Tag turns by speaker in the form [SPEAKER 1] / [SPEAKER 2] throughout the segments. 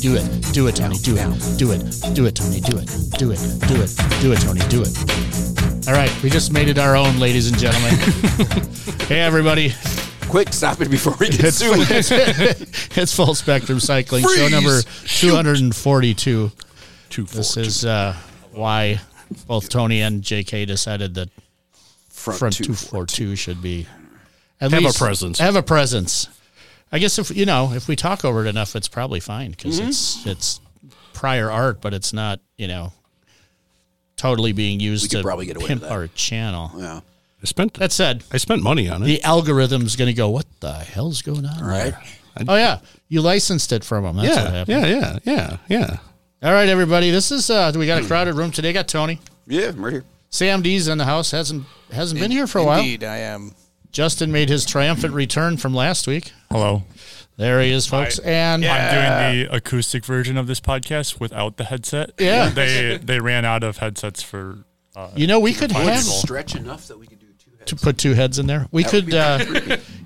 [SPEAKER 1] Do it. Do it, Tony. Do it. Do it. Do it, Tony. Do it. Do it. Do it. Do it, Tony. Do it. All right. We just made it our own, ladies and gentlemen. hey, everybody.
[SPEAKER 2] Quick, stop it before we get sued.
[SPEAKER 1] It's Full Spectrum Cycling, show
[SPEAKER 2] Freeze.
[SPEAKER 1] number 242.
[SPEAKER 3] Two four.
[SPEAKER 1] This is uh, why both Tony and JK decided that
[SPEAKER 2] Front,
[SPEAKER 1] Front
[SPEAKER 2] two.
[SPEAKER 1] 242 should be at
[SPEAKER 3] Have a presence.
[SPEAKER 1] Have a presence. I guess if you know, if we talk over it enough, it's probably fine because
[SPEAKER 2] Mm-hmm.
[SPEAKER 1] it's it's prior art, but it's not you know totally being used
[SPEAKER 2] could
[SPEAKER 1] to
[SPEAKER 2] probably get away with
[SPEAKER 1] pimp
[SPEAKER 2] that.
[SPEAKER 1] our channel.
[SPEAKER 2] Yeah.
[SPEAKER 3] I spent
[SPEAKER 1] That said,
[SPEAKER 3] I spent money on it.
[SPEAKER 1] the algorithm's going to go, "What the hell's going on?"
[SPEAKER 2] Right.
[SPEAKER 1] Oh yeah, you licensed it from them. That's what
[SPEAKER 3] yeah,
[SPEAKER 1] happened.
[SPEAKER 3] yeah, yeah, yeah, yeah.
[SPEAKER 1] All right, everybody. This is uh we got a crowded room today. Got Tony,
[SPEAKER 2] Yeah, I'm right here.
[SPEAKER 1] Sam D's in the house. hasn't hasn't been here for a while.
[SPEAKER 4] Indeed, I am.
[SPEAKER 1] Justin made his triumphant return from last week.
[SPEAKER 5] Hello.
[SPEAKER 1] There he is, folks. and
[SPEAKER 5] I'm doing the acoustic version of this podcast without the headset.
[SPEAKER 1] Yeah.
[SPEAKER 5] They they ran out of headsets for
[SPEAKER 1] you know, we could have
[SPEAKER 2] Stretch enough that we could do two heads.
[SPEAKER 1] to put two heads in there. We could, uh,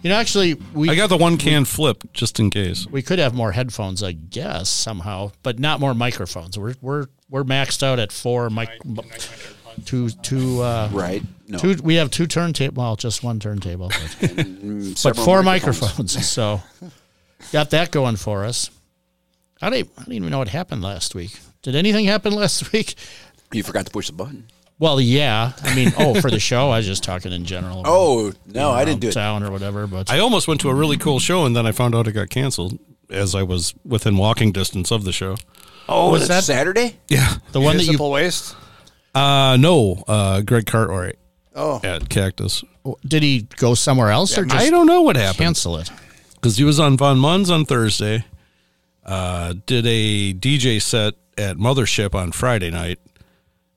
[SPEAKER 1] you know, actually, we
[SPEAKER 3] I got the one can flip just in case.
[SPEAKER 1] we could have more headphones, I guess, somehow, but not more microphones. We're we're we're maxed out at four mic, two two uh,
[SPEAKER 2] Right. No.
[SPEAKER 1] two. We have two turntable. Well, just one turntable, but,
[SPEAKER 2] Mm,
[SPEAKER 1] but
[SPEAKER 2] several
[SPEAKER 1] four microphones. So got that going for us. I don't I don't even know what happened last week. Did anything happen last week?
[SPEAKER 2] You forgot to push the button.
[SPEAKER 1] Well, yeah. I mean, oh, for the show, I was just talking in general.
[SPEAKER 2] Oh, no, I didn't do it.
[SPEAKER 1] Town or whatever, but
[SPEAKER 3] I almost went to a really cool show and then I found out it got canceled as I was within walking distance of the show.
[SPEAKER 2] Oh,
[SPEAKER 1] Was
[SPEAKER 2] was
[SPEAKER 1] that-
[SPEAKER 2] that Saturday?
[SPEAKER 3] Yeah.
[SPEAKER 1] the one that you
[SPEAKER 4] Municipal waste.
[SPEAKER 3] Uh no, uh Greg Cartwright
[SPEAKER 4] Oh,
[SPEAKER 3] at Cactus.
[SPEAKER 1] did he go somewhere else or just
[SPEAKER 3] I don't know what happened
[SPEAKER 1] cancel it?
[SPEAKER 3] cuz he was on Von Mun's on Thursday. Uh did a DJ set at Mothership on Friday night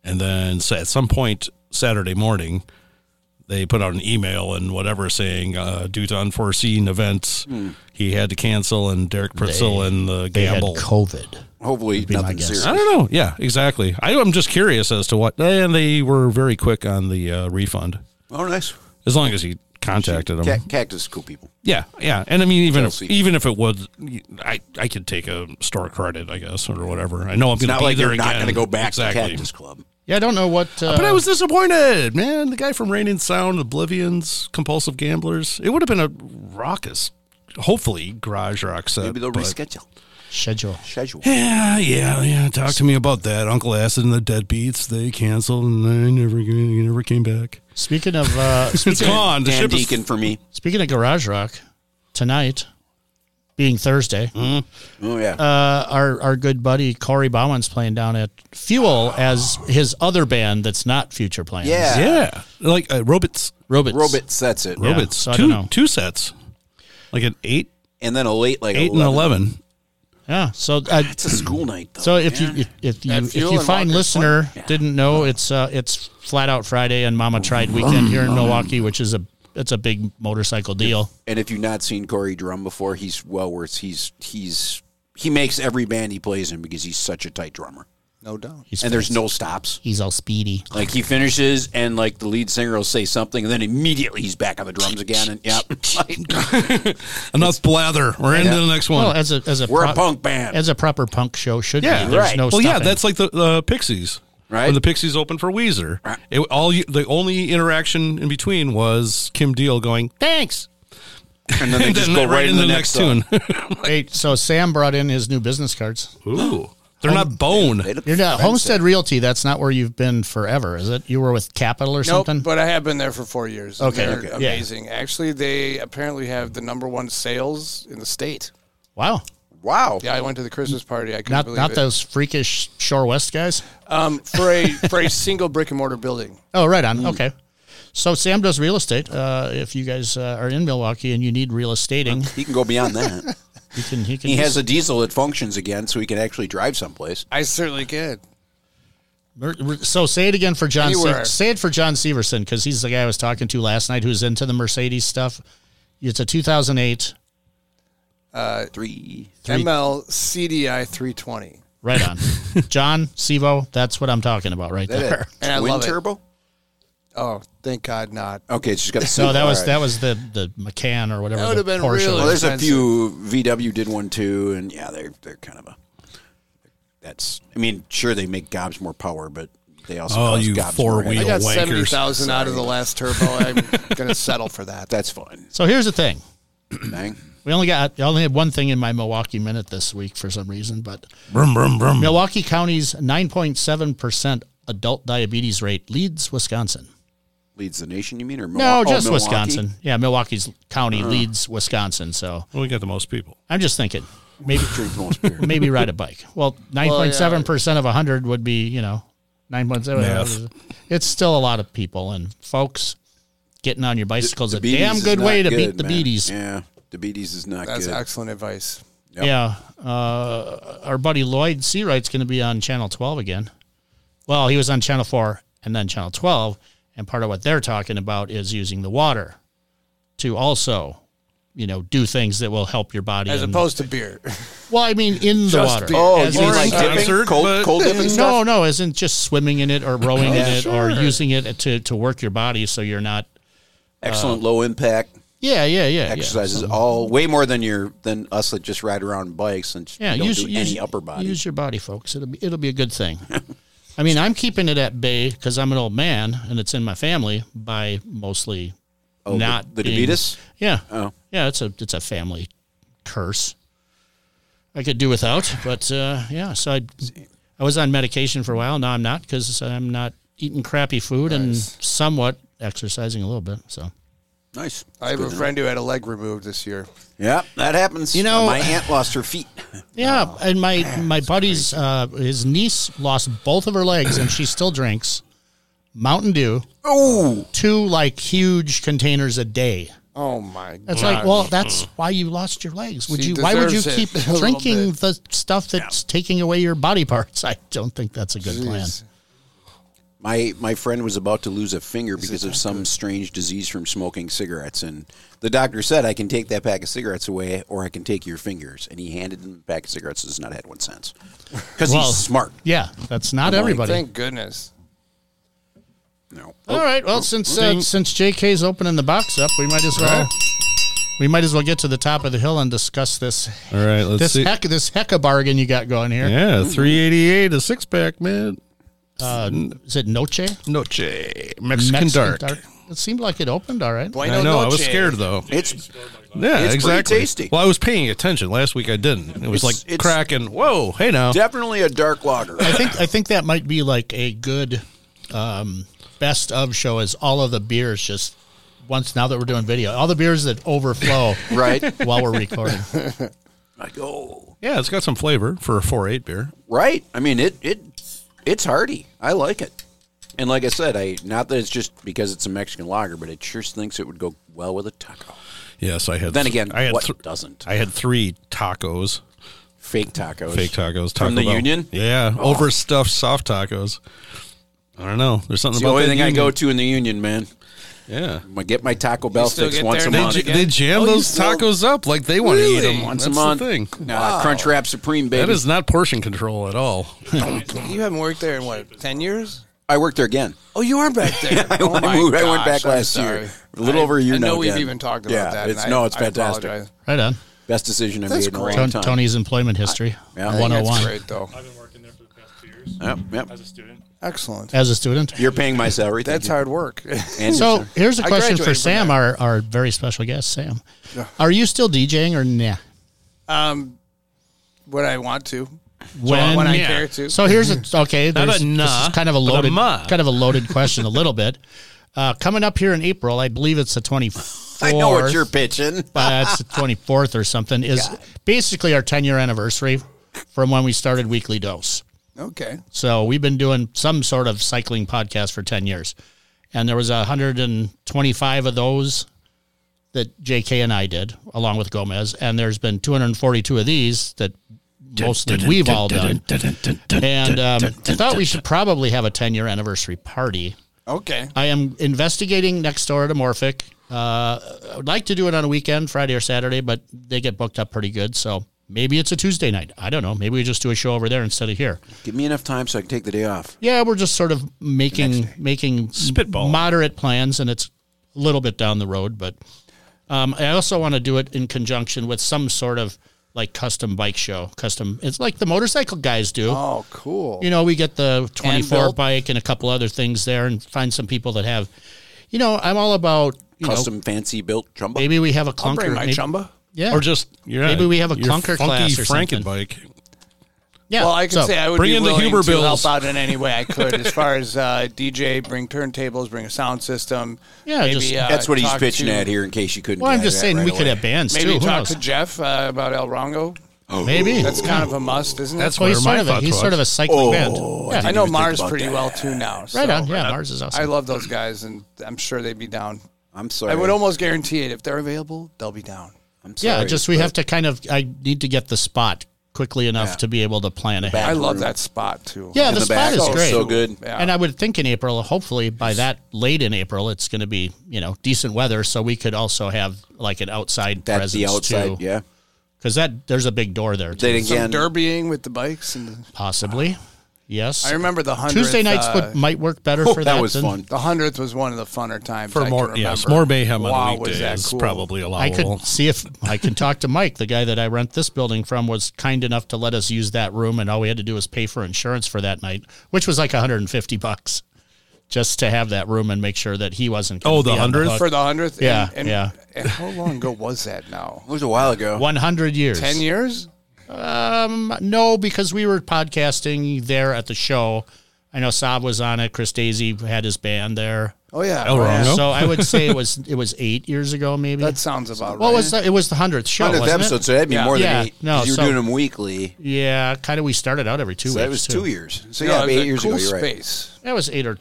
[SPEAKER 3] and then sa- at some point Saturday morning they put out an email and whatever saying uh, due to unforeseen events he had to cancel and Derek Priscilla and the
[SPEAKER 1] They had
[SPEAKER 3] gamble
[SPEAKER 1] COVID.
[SPEAKER 2] Hopefully,
[SPEAKER 1] my
[SPEAKER 2] nothing
[SPEAKER 1] guess.
[SPEAKER 2] serious.
[SPEAKER 3] I don't know. Yeah, exactly. I, I'm just curious as to what. And they were very quick on the uh, refund,
[SPEAKER 2] Oh, nice.
[SPEAKER 3] as long as he contacted them.
[SPEAKER 2] Ca- cactus, cool people.
[SPEAKER 3] yeah, yeah. And I mean, even if,
[SPEAKER 2] Kelsey.
[SPEAKER 3] even if it was, I I could take a store credit, I guess, or whatever. I know I'm
[SPEAKER 2] It's
[SPEAKER 3] going to
[SPEAKER 2] not
[SPEAKER 3] be
[SPEAKER 2] like
[SPEAKER 3] there
[SPEAKER 2] they're not
[SPEAKER 3] again.
[SPEAKER 2] going to go back to
[SPEAKER 3] exactly.
[SPEAKER 2] Cactus Club.
[SPEAKER 1] Yeah, I don't know what. Uh,
[SPEAKER 3] But I was disappointed, man. The guy from Rain and Sound, Oblivions, Compulsive Gamblers. It would have been a raucous, hopefully, garage rock set.
[SPEAKER 2] Maybe they'll
[SPEAKER 3] but-
[SPEAKER 2] reschedule.
[SPEAKER 1] schedule.
[SPEAKER 2] Schedule.
[SPEAKER 3] Yeah, yeah, yeah. Talk to me about that. Uncle Acid and the Deadbeats, they canceled and they never, they never came back.
[SPEAKER 1] Speaking of uh,
[SPEAKER 3] It's
[SPEAKER 1] speaking,
[SPEAKER 3] gone. The
[SPEAKER 2] Dan
[SPEAKER 3] ship is
[SPEAKER 2] Deacon for me.
[SPEAKER 1] speaking of garage rock, tonight being Thursday,
[SPEAKER 2] Oh, yeah.
[SPEAKER 1] uh, our our good buddy Corey Bauman's playing down at Fuel as his other band that's not Future Plans.
[SPEAKER 2] yeah.
[SPEAKER 3] yeah, like uh, robots,
[SPEAKER 1] Robots.
[SPEAKER 2] Robots, that's it.
[SPEAKER 1] Yeah,
[SPEAKER 3] robots.
[SPEAKER 1] so I
[SPEAKER 3] two,
[SPEAKER 1] don't know.
[SPEAKER 3] two sets, like an eight,
[SPEAKER 2] And then a late, like
[SPEAKER 3] eight and eleven.
[SPEAKER 1] Yeah. So uh,
[SPEAKER 2] It's a school night, though.
[SPEAKER 1] So if
[SPEAKER 2] man.
[SPEAKER 1] you if, if you
[SPEAKER 2] That
[SPEAKER 1] if
[SPEAKER 2] fuel
[SPEAKER 1] you
[SPEAKER 2] and
[SPEAKER 1] find
[SPEAKER 2] Walker's
[SPEAKER 1] listener
[SPEAKER 2] fun. Yeah.
[SPEAKER 1] didn't know it's uh it's flat out Friday and Mama Tried weekend here in Milwaukee, which is a it's a big motorcycle deal.
[SPEAKER 2] and if you've not seen Corey drum before, he's well worth. He's he's he makes every band he plays in because he's such a tight drummer,
[SPEAKER 4] no doubt.
[SPEAKER 1] He's
[SPEAKER 2] and there's no stops.
[SPEAKER 1] he's all speedy.
[SPEAKER 2] Like he finishes, and like the lead singer will say something, and then immediately he's back on the drums again. And yep, like,
[SPEAKER 3] Enough blather. We're into the next one.
[SPEAKER 1] Well, as a as a
[SPEAKER 2] we're
[SPEAKER 1] pro-
[SPEAKER 2] a punk band.
[SPEAKER 1] as a proper punk show should
[SPEAKER 3] Yeah,
[SPEAKER 1] be. There's
[SPEAKER 2] right.
[SPEAKER 1] no
[SPEAKER 3] well, yeah,
[SPEAKER 1] stopping.
[SPEAKER 3] that's like the the Pixies.
[SPEAKER 2] Right.
[SPEAKER 3] When the Pixies opened for Weezer, it, all you, the only interaction in between was Kim Deal going thanks,
[SPEAKER 2] and then they
[SPEAKER 3] and
[SPEAKER 2] just
[SPEAKER 3] then
[SPEAKER 2] go
[SPEAKER 3] right,
[SPEAKER 2] right
[SPEAKER 3] into the next, uh,
[SPEAKER 2] song.
[SPEAKER 3] tune.
[SPEAKER 1] Hey, so Sam brought in his new business cards.
[SPEAKER 3] Ooh, they're not bone.
[SPEAKER 2] They look
[SPEAKER 1] You're not
[SPEAKER 2] fancy.
[SPEAKER 1] Homestead Realty, that's not where you've been forever, is it? You were with Capital or
[SPEAKER 4] Nope,
[SPEAKER 1] something?
[SPEAKER 4] but I have been there for four years.
[SPEAKER 1] Okay,
[SPEAKER 4] They're
[SPEAKER 1] okay. Yeah.
[SPEAKER 4] amazing. Actually, they apparently have the number one sales in the state.
[SPEAKER 1] wow.
[SPEAKER 2] Wow.
[SPEAKER 4] Yeah, I went to the Christmas party. I couldn't
[SPEAKER 1] Not
[SPEAKER 4] believe
[SPEAKER 1] not
[SPEAKER 4] it.
[SPEAKER 1] those freakish Shore West guys?
[SPEAKER 4] Um, for a for a single brick and mortar building.
[SPEAKER 1] Oh, right on.
[SPEAKER 4] Mm.
[SPEAKER 1] Okay. So Sam does real estate. Uh, if you guys uh, are in Milwaukee and you need real estating,
[SPEAKER 2] He can go beyond that.
[SPEAKER 1] you can. He can.
[SPEAKER 2] he has
[SPEAKER 1] just-
[SPEAKER 2] a diesel that functions again, so he can actually drive someplace.
[SPEAKER 4] I certainly could.
[SPEAKER 1] mer- mer- So say it again for John. Se-
[SPEAKER 4] Anywhere.
[SPEAKER 1] say it for John Severson because he's the guy I was talking to last night who's into the Mercedes stuff. It's a 2008.
[SPEAKER 2] Three.
[SPEAKER 4] ML CDI 320.
[SPEAKER 1] Right on. John, Sivo, that's what I'm talking about right
[SPEAKER 2] That
[SPEAKER 1] there.
[SPEAKER 2] it?
[SPEAKER 4] And I
[SPEAKER 2] Twin
[SPEAKER 4] love it.
[SPEAKER 2] turbo?
[SPEAKER 4] Oh, thank God not.
[SPEAKER 2] Okay, it's just got a
[SPEAKER 1] No, that
[SPEAKER 2] All
[SPEAKER 1] was
[SPEAKER 2] right.
[SPEAKER 1] that was the the McCann or whatever.
[SPEAKER 4] That
[SPEAKER 1] the
[SPEAKER 4] would've been
[SPEAKER 1] Porsche
[SPEAKER 4] really-
[SPEAKER 2] Well,
[SPEAKER 1] was.
[SPEAKER 2] there's a few VW did one too, and yeah, they're they're kind of a. That's I mean, sure they make gobs more power, but they also
[SPEAKER 3] Oh,
[SPEAKER 2] cause
[SPEAKER 3] you
[SPEAKER 2] gobs more
[SPEAKER 3] four-wheel.
[SPEAKER 4] I
[SPEAKER 2] headache.
[SPEAKER 3] Real
[SPEAKER 4] got
[SPEAKER 3] wankers.
[SPEAKER 4] seventy thousand out of the last turbo. I'm gonna settle for that.
[SPEAKER 2] That's fine.
[SPEAKER 1] So here's the thing.
[SPEAKER 2] Dang.
[SPEAKER 1] We only got I only had one thing in my Milwaukee minute this week for some reason, but
[SPEAKER 3] Brum, brum, brum.
[SPEAKER 1] Milwaukee County's 9.7% adult diabetes rate leads Wisconsin.
[SPEAKER 2] Leads the nation, you mean, or
[SPEAKER 1] No,
[SPEAKER 2] Milwa- oh,
[SPEAKER 1] just
[SPEAKER 2] Milwaukee?
[SPEAKER 1] Wisconsin. Yeah, Milwaukee's
[SPEAKER 2] Uh-huh.
[SPEAKER 1] county leads Wisconsin, so
[SPEAKER 3] Well, we got the most people.
[SPEAKER 1] I'm just thinking maybe
[SPEAKER 2] Drink the most beer.
[SPEAKER 1] maybe ride a bike. Well, 9.7% of 100 would be, you know, 9.7.
[SPEAKER 3] Math.
[SPEAKER 1] It's still a lot of people and folks getting on your bicycles
[SPEAKER 2] The
[SPEAKER 1] a damn
[SPEAKER 2] beaties is
[SPEAKER 1] good
[SPEAKER 2] not
[SPEAKER 1] way to beat
[SPEAKER 2] good,
[SPEAKER 1] the
[SPEAKER 2] man.
[SPEAKER 1] beaties.
[SPEAKER 2] Yeah, the beaties is not
[SPEAKER 4] That's
[SPEAKER 2] good.
[SPEAKER 4] excellent advice.
[SPEAKER 1] Yeah. Uh, our buddy Lloyd Seawright's going to be on Channel 12 again. Well, he was on Channel 4 and then Channel 12. And part of what they're talking about is using the water to also, you know, do things that will help your body.
[SPEAKER 4] As
[SPEAKER 1] and-
[SPEAKER 4] opposed to beer.
[SPEAKER 1] well, I mean, in the
[SPEAKER 4] Just
[SPEAKER 1] water.
[SPEAKER 4] beer.
[SPEAKER 2] oh,
[SPEAKER 1] As
[SPEAKER 2] you
[SPEAKER 1] in,
[SPEAKER 2] mean
[SPEAKER 1] like,
[SPEAKER 2] like dipping,
[SPEAKER 3] sponsored,
[SPEAKER 2] cold,
[SPEAKER 3] but-
[SPEAKER 2] cold dipping stuff?
[SPEAKER 1] no, no, isn't just swimming in it or rowing in
[SPEAKER 2] Yeah,
[SPEAKER 1] it or using it to, to work your body so you're not.
[SPEAKER 2] Excellent low impact
[SPEAKER 1] Uh, Yeah, yeah, yeah.
[SPEAKER 2] exercises. all way more than your than us that just ride around bikes and
[SPEAKER 1] Yeah,
[SPEAKER 2] yeah, don't
[SPEAKER 1] use,
[SPEAKER 2] do
[SPEAKER 1] use-
[SPEAKER 2] any upper body.
[SPEAKER 1] Use your body, folks. It'll be, it'll be a good thing. I mean, I'm keeping it at bay because I'm an old man and it's in my family by mostly
[SPEAKER 2] Oh, the-
[SPEAKER 1] not
[SPEAKER 2] the
[SPEAKER 1] being-
[SPEAKER 2] diabetes.
[SPEAKER 1] Yeah.
[SPEAKER 2] Oh.
[SPEAKER 1] Yeah, it's a it's a family curse. I could do without, but uh, yeah. So I I was on medication for a while. Now I'm not because I'm not eating crappy food and somewhat exercising a little bit. So
[SPEAKER 2] Nice.
[SPEAKER 4] I have a friend who had a leg removed this year.
[SPEAKER 2] Yeah, that happens. You
[SPEAKER 1] know-
[SPEAKER 2] my aunt lost her feet.
[SPEAKER 1] yeah.
[SPEAKER 4] Oh,
[SPEAKER 1] And my my buddy's uh, his niece lost both of her legs and she still drinks Mountain Dew.
[SPEAKER 2] Oh,
[SPEAKER 1] two like huge containers a day.
[SPEAKER 4] Oh my god.
[SPEAKER 1] It's like, well, that's why you lost your legs. Would
[SPEAKER 4] Mm-hmm. She
[SPEAKER 1] you? Why would you
[SPEAKER 4] deserves it
[SPEAKER 1] keep
[SPEAKER 4] a little
[SPEAKER 1] drinking
[SPEAKER 4] bit.
[SPEAKER 1] the stuff that's taking away your body parts? I don't think that's a good plan.
[SPEAKER 4] Jeez.
[SPEAKER 2] my my friend was about to lose a finger because of some strange disease from smoking cigarettes, and the doctor said, "I can take that pack of cigarettes away, or I can take your fingers." And he handed him the pack of cigarettes. Has not had one since because
[SPEAKER 1] Well-
[SPEAKER 2] he's smart.
[SPEAKER 1] Yeah, that's not everybody.
[SPEAKER 4] Thank Oh, goodness.
[SPEAKER 2] No,
[SPEAKER 1] All right. Well, since uh, since JK's opening the box up, we might as well we might as well get to the top of the hill and discuss this
[SPEAKER 3] All right, let's
[SPEAKER 1] this
[SPEAKER 3] see. Mm-hmm.
[SPEAKER 1] heck this hecka bargain you got going here. Is
[SPEAKER 3] Yeah, three eighty eight a six pack, man.
[SPEAKER 1] it Noche?
[SPEAKER 3] Noche Mexican, dark.
[SPEAKER 1] It seemed like it opened all right.
[SPEAKER 4] Bueno
[SPEAKER 3] I know. I was
[SPEAKER 4] noche.
[SPEAKER 3] scared though.
[SPEAKER 2] it's
[SPEAKER 3] Yeah,
[SPEAKER 2] pretty
[SPEAKER 3] exactly.
[SPEAKER 2] tasty.
[SPEAKER 3] Well, I was paying attention last week. I didn't. It
[SPEAKER 2] It's-
[SPEAKER 3] was like
[SPEAKER 2] it's-
[SPEAKER 3] cracking. Whoa, hey now.
[SPEAKER 2] definitely a dark lager.
[SPEAKER 1] I think I think that might be like a good um, best of show is all of the beers just once now that we're doing video, all the beers that overflow
[SPEAKER 2] right?
[SPEAKER 1] while we're recording.
[SPEAKER 2] Like oh,
[SPEAKER 3] Yeah, it's got some flavor for a four eight beer.
[SPEAKER 2] right. I mean it it it's hearty. I like it. And like I said, I not that it's just because it's a Mexican lager, but it sure thinks it would go well with a taco.
[SPEAKER 3] Yes, I had.
[SPEAKER 2] Then again,
[SPEAKER 3] I had
[SPEAKER 2] what
[SPEAKER 3] thr-
[SPEAKER 2] doesn't?
[SPEAKER 3] I had three tacos,
[SPEAKER 2] Fake tacos.
[SPEAKER 3] fake tacos Taco
[SPEAKER 2] From the
[SPEAKER 3] Bell.
[SPEAKER 2] Union? Oh.
[SPEAKER 3] Yeah, overstuffed soft tacos. I don't know. There's something
[SPEAKER 2] It's the
[SPEAKER 3] about
[SPEAKER 2] only
[SPEAKER 3] that
[SPEAKER 2] thing I
[SPEAKER 3] Union.
[SPEAKER 2] go to in the Union, man.
[SPEAKER 3] Yeah,
[SPEAKER 2] I get my Taco Bell
[SPEAKER 4] still
[SPEAKER 2] fix
[SPEAKER 4] get
[SPEAKER 2] once
[SPEAKER 4] there
[SPEAKER 2] a
[SPEAKER 4] now?
[SPEAKER 3] they,
[SPEAKER 2] month.
[SPEAKER 3] j- they jam
[SPEAKER 2] Oh, you
[SPEAKER 3] those
[SPEAKER 2] still-
[SPEAKER 3] tacos up like they want to eat them
[SPEAKER 2] Once
[SPEAKER 3] That's
[SPEAKER 2] a month.
[SPEAKER 3] The thing.
[SPEAKER 2] Nah, Crunch Wrap Supreme, baby.
[SPEAKER 3] That is not portion control at all.
[SPEAKER 4] You haven't worked there in what, ten years?
[SPEAKER 2] I worked there again.
[SPEAKER 4] Oh, you are back there.
[SPEAKER 2] I,
[SPEAKER 4] oh my
[SPEAKER 2] moved, I went
[SPEAKER 4] gosh,
[SPEAKER 2] back
[SPEAKER 4] I'm
[SPEAKER 2] last
[SPEAKER 4] sorry.
[SPEAKER 2] year. A little over a year
[SPEAKER 4] I know
[SPEAKER 2] now
[SPEAKER 4] we've
[SPEAKER 2] again.
[SPEAKER 4] even talked about
[SPEAKER 2] yeah,
[SPEAKER 4] that.
[SPEAKER 2] It's,
[SPEAKER 4] and I-
[SPEAKER 2] no, it's
[SPEAKER 4] I
[SPEAKER 2] fantastic.
[SPEAKER 4] apologize.
[SPEAKER 1] Right on.
[SPEAKER 2] Best decision I've
[SPEAKER 4] That's
[SPEAKER 2] made in a
[SPEAKER 4] great.
[SPEAKER 1] Ton-
[SPEAKER 2] long time.
[SPEAKER 1] Tony's employment history
[SPEAKER 2] Yeah. I think it's
[SPEAKER 4] That's
[SPEAKER 1] 101
[SPEAKER 4] great though.
[SPEAKER 5] I've been working there for the past two years
[SPEAKER 2] Yep, yep.
[SPEAKER 5] as a student.
[SPEAKER 4] Excellent.
[SPEAKER 1] as a student.
[SPEAKER 2] You're paying my salary. thank
[SPEAKER 4] That's
[SPEAKER 2] you.
[SPEAKER 4] hard work.
[SPEAKER 2] And
[SPEAKER 1] So here's a
[SPEAKER 4] I
[SPEAKER 1] question for
[SPEAKER 4] graduated from
[SPEAKER 1] Sam, our, our very special guest, Sam. Are you still DJing or nah?
[SPEAKER 4] um, what I want to.
[SPEAKER 1] When,
[SPEAKER 4] when I
[SPEAKER 3] yeah.
[SPEAKER 4] care to.
[SPEAKER 1] So here's a okay.
[SPEAKER 3] Not
[SPEAKER 1] there's-
[SPEAKER 3] a nah,
[SPEAKER 1] this is kind of a
[SPEAKER 3] but a
[SPEAKER 1] loaded,
[SPEAKER 3] ma.
[SPEAKER 1] kind of a loaded question, a little bit. Uh, coming up here in April, I believe it's the twenty fourth.
[SPEAKER 2] I know what you're pitching.
[SPEAKER 1] uh, it's the 24th or something, is basically our 10 year anniversary from when we started Weekly Dose.
[SPEAKER 4] okay.
[SPEAKER 1] So we've been doing some sort of cycling podcast for 10 years. And there was 125 of those that JK and I did, along with Gomez. And there's been 242 of these that mostly we've all done. And um, I thought we should probably have a 10 year anniversary party.
[SPEAKER 4] Okay.
[SPEAKER 1] I am investigating next door to Morphic. Uh, I would like to do it on a weekend, Friday or Saturday, but they get booked up pretty good. So Maybe it's a Tuesday night. I don't know. Maybe we just do a show over there instead of here.
[SPEAKER 2] Give me enough time so I can take the day off.
[SPEAKER 1] Yeah, we're just sort of making making
[SPEAKER 3] Spitball.
[SPEAKER 1] moderate plans, and it's a little bit down the road. But um, I also want to do it in conjunction with some sort of like custom bike show. Custom, it's like the motorcycle guys do.
[SPEAKER 4] Oh, cool.
[SPEAKER 1] You know, we get the 24
[SPEAKER 4] built.
[SPEAKER 1] bike and a couple other things there, and find some people that have. You know, I'm all about you know,
[SPEAKER 2] Custom fancy built jumbo.
[SPEAKER 1] Maybe we have a
[SPEAKER 4] I'll
[SPEAKER 1] clunker.
[SPEAKER 4] bring my
[SPEAKER 1] maybe,
[SPEAKER 4] chumba.
[SPEAKER 1] Yeah.
[SPEAKER 3] Or just yeah,
[SPEAKER 1] Maybe we have a
[SPEAKER 3] your
[SPEAKER 1] clunker
[SPEAKER 3] funky
[SPEAKER 1] class or something.
[SPEAKER 3] Franken bike.
[SPEAKER 1] yeah.
[SPEAKER 4] Well, I can
[SPEAKER 1] so-
[SPEAKER 4] say I would
[SPEAKER 3] bring
[SPEAKER 4] be
[SPEAKER 3] in the
[SPEAKER 4] willing
[SPEAKER 3] Huber
[SPEAKER 4] to
[SPEAKER 3] bills.
[SPEAKER 4] help out in any way I could, as far as uh, DJ, bring turntables, bring a sound system.
[SPEAKER 1] Yeah,
[SPEAKER 4] maybe,
[SPEAKER 1] just-
[SPEAKER 4] uh,
[SPEAKER 2] That's what he's
[SPEAKER 4] talk
[SPEAKER 2] pitching
[SPEAKER 4] to,
[SPEAKER 2] at here. In case you couldn't.
[SPEAKER 1] Well, I'm
[SPEAKER 2] gather
[SPEAKER 1] just
[SPEAKER 2] that
[SPEAKER 1] saying
[SPEAKER 2] right
[SPEAKER 1] we
[SPEAKER 2] away.
[SPEAKER 1] could have bands
[SPEAKER 4] Maybe
[SPEAKER 1] too. Who
[SPEAKER 4] talk
[SPEAKER 1] knows?
[SPEAKER 4] to Jeff uh, about El Rongo.
[SPEAKER 1] Maybe
[SPEAKER 4] That's kind of a must, isn't it?
[SPEAKER 3] That's
[SPEAKER 1] Well,
[SPEAKER 3] where
[SPEAKER 1] he's sort
[SPEAKER 3] my
[SPEAKER 1] of a,
[SPEAKER 3] thought
[SPEAKER 1] he's
[SPEAKER 3] was.
[SPEAKER 1] sort of a cycling
[SPEAKER 2] Oh,
[SPEAKER 1] band.
[SPEAKER 2] I
[SPEAKER 1] Yeah.
[SPEAKER 4] I
[SPEAKER 2] didn't
[SPEAKER 4] know
[SPEAKER 2] even think
[SPEAKER 4] Mars
[SPEAKER 2] about
[SPEAKER 4] pretty
[SPEAKER 2] that.
[SPEAKER 4] well too now. So
[SPEAKER 1] Right on. Yeah, Mars is awesome.
[SPEAKER 4] I love those guys, and I'm sure they'd be down.
[SPEAKER 2] I'm sorry.
[SPEAKER 4] I would almost guarantee it. If they're available, they'll be down.
[SPEAKER 2] I'm sorry.
[SPEAKER 1] yeah, just we have to kind of. I need to get the spot quickly enough to be able to plan ahead.
[SPEAKER 2] Back
[SPEAKER 4] I love
[SPEAKER 2] room.
[SPEAKER 4] that spot too.
[SPEAKER 1] Yeah,
[SPEAKER 2] In
[SPEAKER 1] the,
[SPEAKER 2] the
[SPEAKER 1] spot
[SPEAKER 2] back.
[SPEAKER 1] is
[SPEAKER 2] Oh,
[SPEAKER 1] great.
[SPEAKER 2] so good.
[SPEAKER 4] Yeah.
[SPEAKER 1] And I would think in April, hopefully by that late in April, it's going to be you know decent weather, so we could also have like an outside
[SPEAKER 2] That's
[SPEAKER 1] presence
[SPEAKER 2] the outside.
[SPEAKER 1] too.
[SPEAKER 2] Yeah.
[SPEAKER 1] because that there's a big door there. Too,
[SPEAKER 2] Then
[SPEAKER 4] Some
[SPEAKER 2] again,
[SPEAKER 4] derbying with the bikes, and
[SPEAKER 1] possibly, yes.
[SPEAKER 4] I remember the hundredth.
[SPEAKER 1] Tuesday nights
[SPEAKER 4] uh,
[SPEAKER 1] would, might work better
[SPEAKER 2] oh,
[SPEAKER 1] for
[SPEAKER 2] that,
[SPEAKER 1] that.
[SPEAKER 2] was
[SPEAKER 1] than-
[SPEAKER 2] fun.
[SPEAKER 4] the hundredth was one of the funner times I
[SPEAKER 3] for
[SPEAKER 4] can
[SPEAKER 3] more yes,
[SPEAKER 4] remember.
[SPEAKER 3] more mayhem
[SPEAKER 4] Wow,
[SPEAKER 3] on
[SPEAKER 4] was
[SPEAKER 3] weekdays
[SPEAKER 4] that cool.
[SPEAKER 3] probably
[SPEAKER 1] I
[SPEAKER 3] allowable.
[SPEAKER 2] Oh.
[SPEAKER 1] could see if I can talk to Mike, the guy that I rent this building from, was kind enough to let us use that room, and all we had to do was pay for insurance for that night, which was like 150 bucks, just to have that room and make sure that he wasn't. gonna
[SPEAKER 3] Oh, the
[SPEAKER 1] be on
[SPEAKER 3] 100th?
[SPEAKER 1] hook.
[SPEAKER 4] for the hundredth.
[SPEAKER 1] Yeah,
[SPEAKER 4] and,
[SPEAKER 1] yeah.
[SPEAKER 4] and how long ago was that now?
[SPEAKER 2] It was a while ago.
[SPEAKER 1] 100 years.
[SPEAKER 4] Ten years?
[SPEAKER 1] Um, no, because we were podcasting there at the show. I know Saab was on it. Chris Daisy had his band there.
[SPEAKER 4] Oh yeah,
[SPEAKER 3] El
[SPEAKER 4] right.
[SPEAKER 3] Rongo.
[SPEAKER 1] So I would say it was it was eight years ago, maybe.
[SPEAKER 4] That sounds about
[SPEAKER 1] what
[SPEAKER 4] right.
[SPEAKER 1] was the, it? Was the hundredth show?
[SPEAKER 2] 100th
[SPEAKER 1] wasn't it?
[SPEAKER 2] episode, so that'd be
[SPEAKER 4] Yeah.
[SPEAKER 2] more
[SPEAKER 1] Yeah,
[SPEAKER 2] than eight. 'cause
[SPEAKER 1] no,
[SPEAKER 2] you were
[SPEAKER 1] so-
[SPEAKER 2] doing them weekly.
[SPEAKER 1] Yeah, kind of. We started out every two
[SPEAKER 2] So
[SPEAKER 1] weeks.
[SPEAKER 2] that was
[SPEAKER 1] too.
[SPEAKER 2] two years. So
[SPEAKER 4] No,
[SPEAKER 2] yeah,
[SPEAKER 4] it was
[SPEAKER 2] eight
[SPEAKER 4] a
[SPEAKER 2] years
[SPEAKER 4] cool
[SPEAKER 2] ago. You're right.
[SPEAKER 4] space.
[SPEAKER 1] That was eight or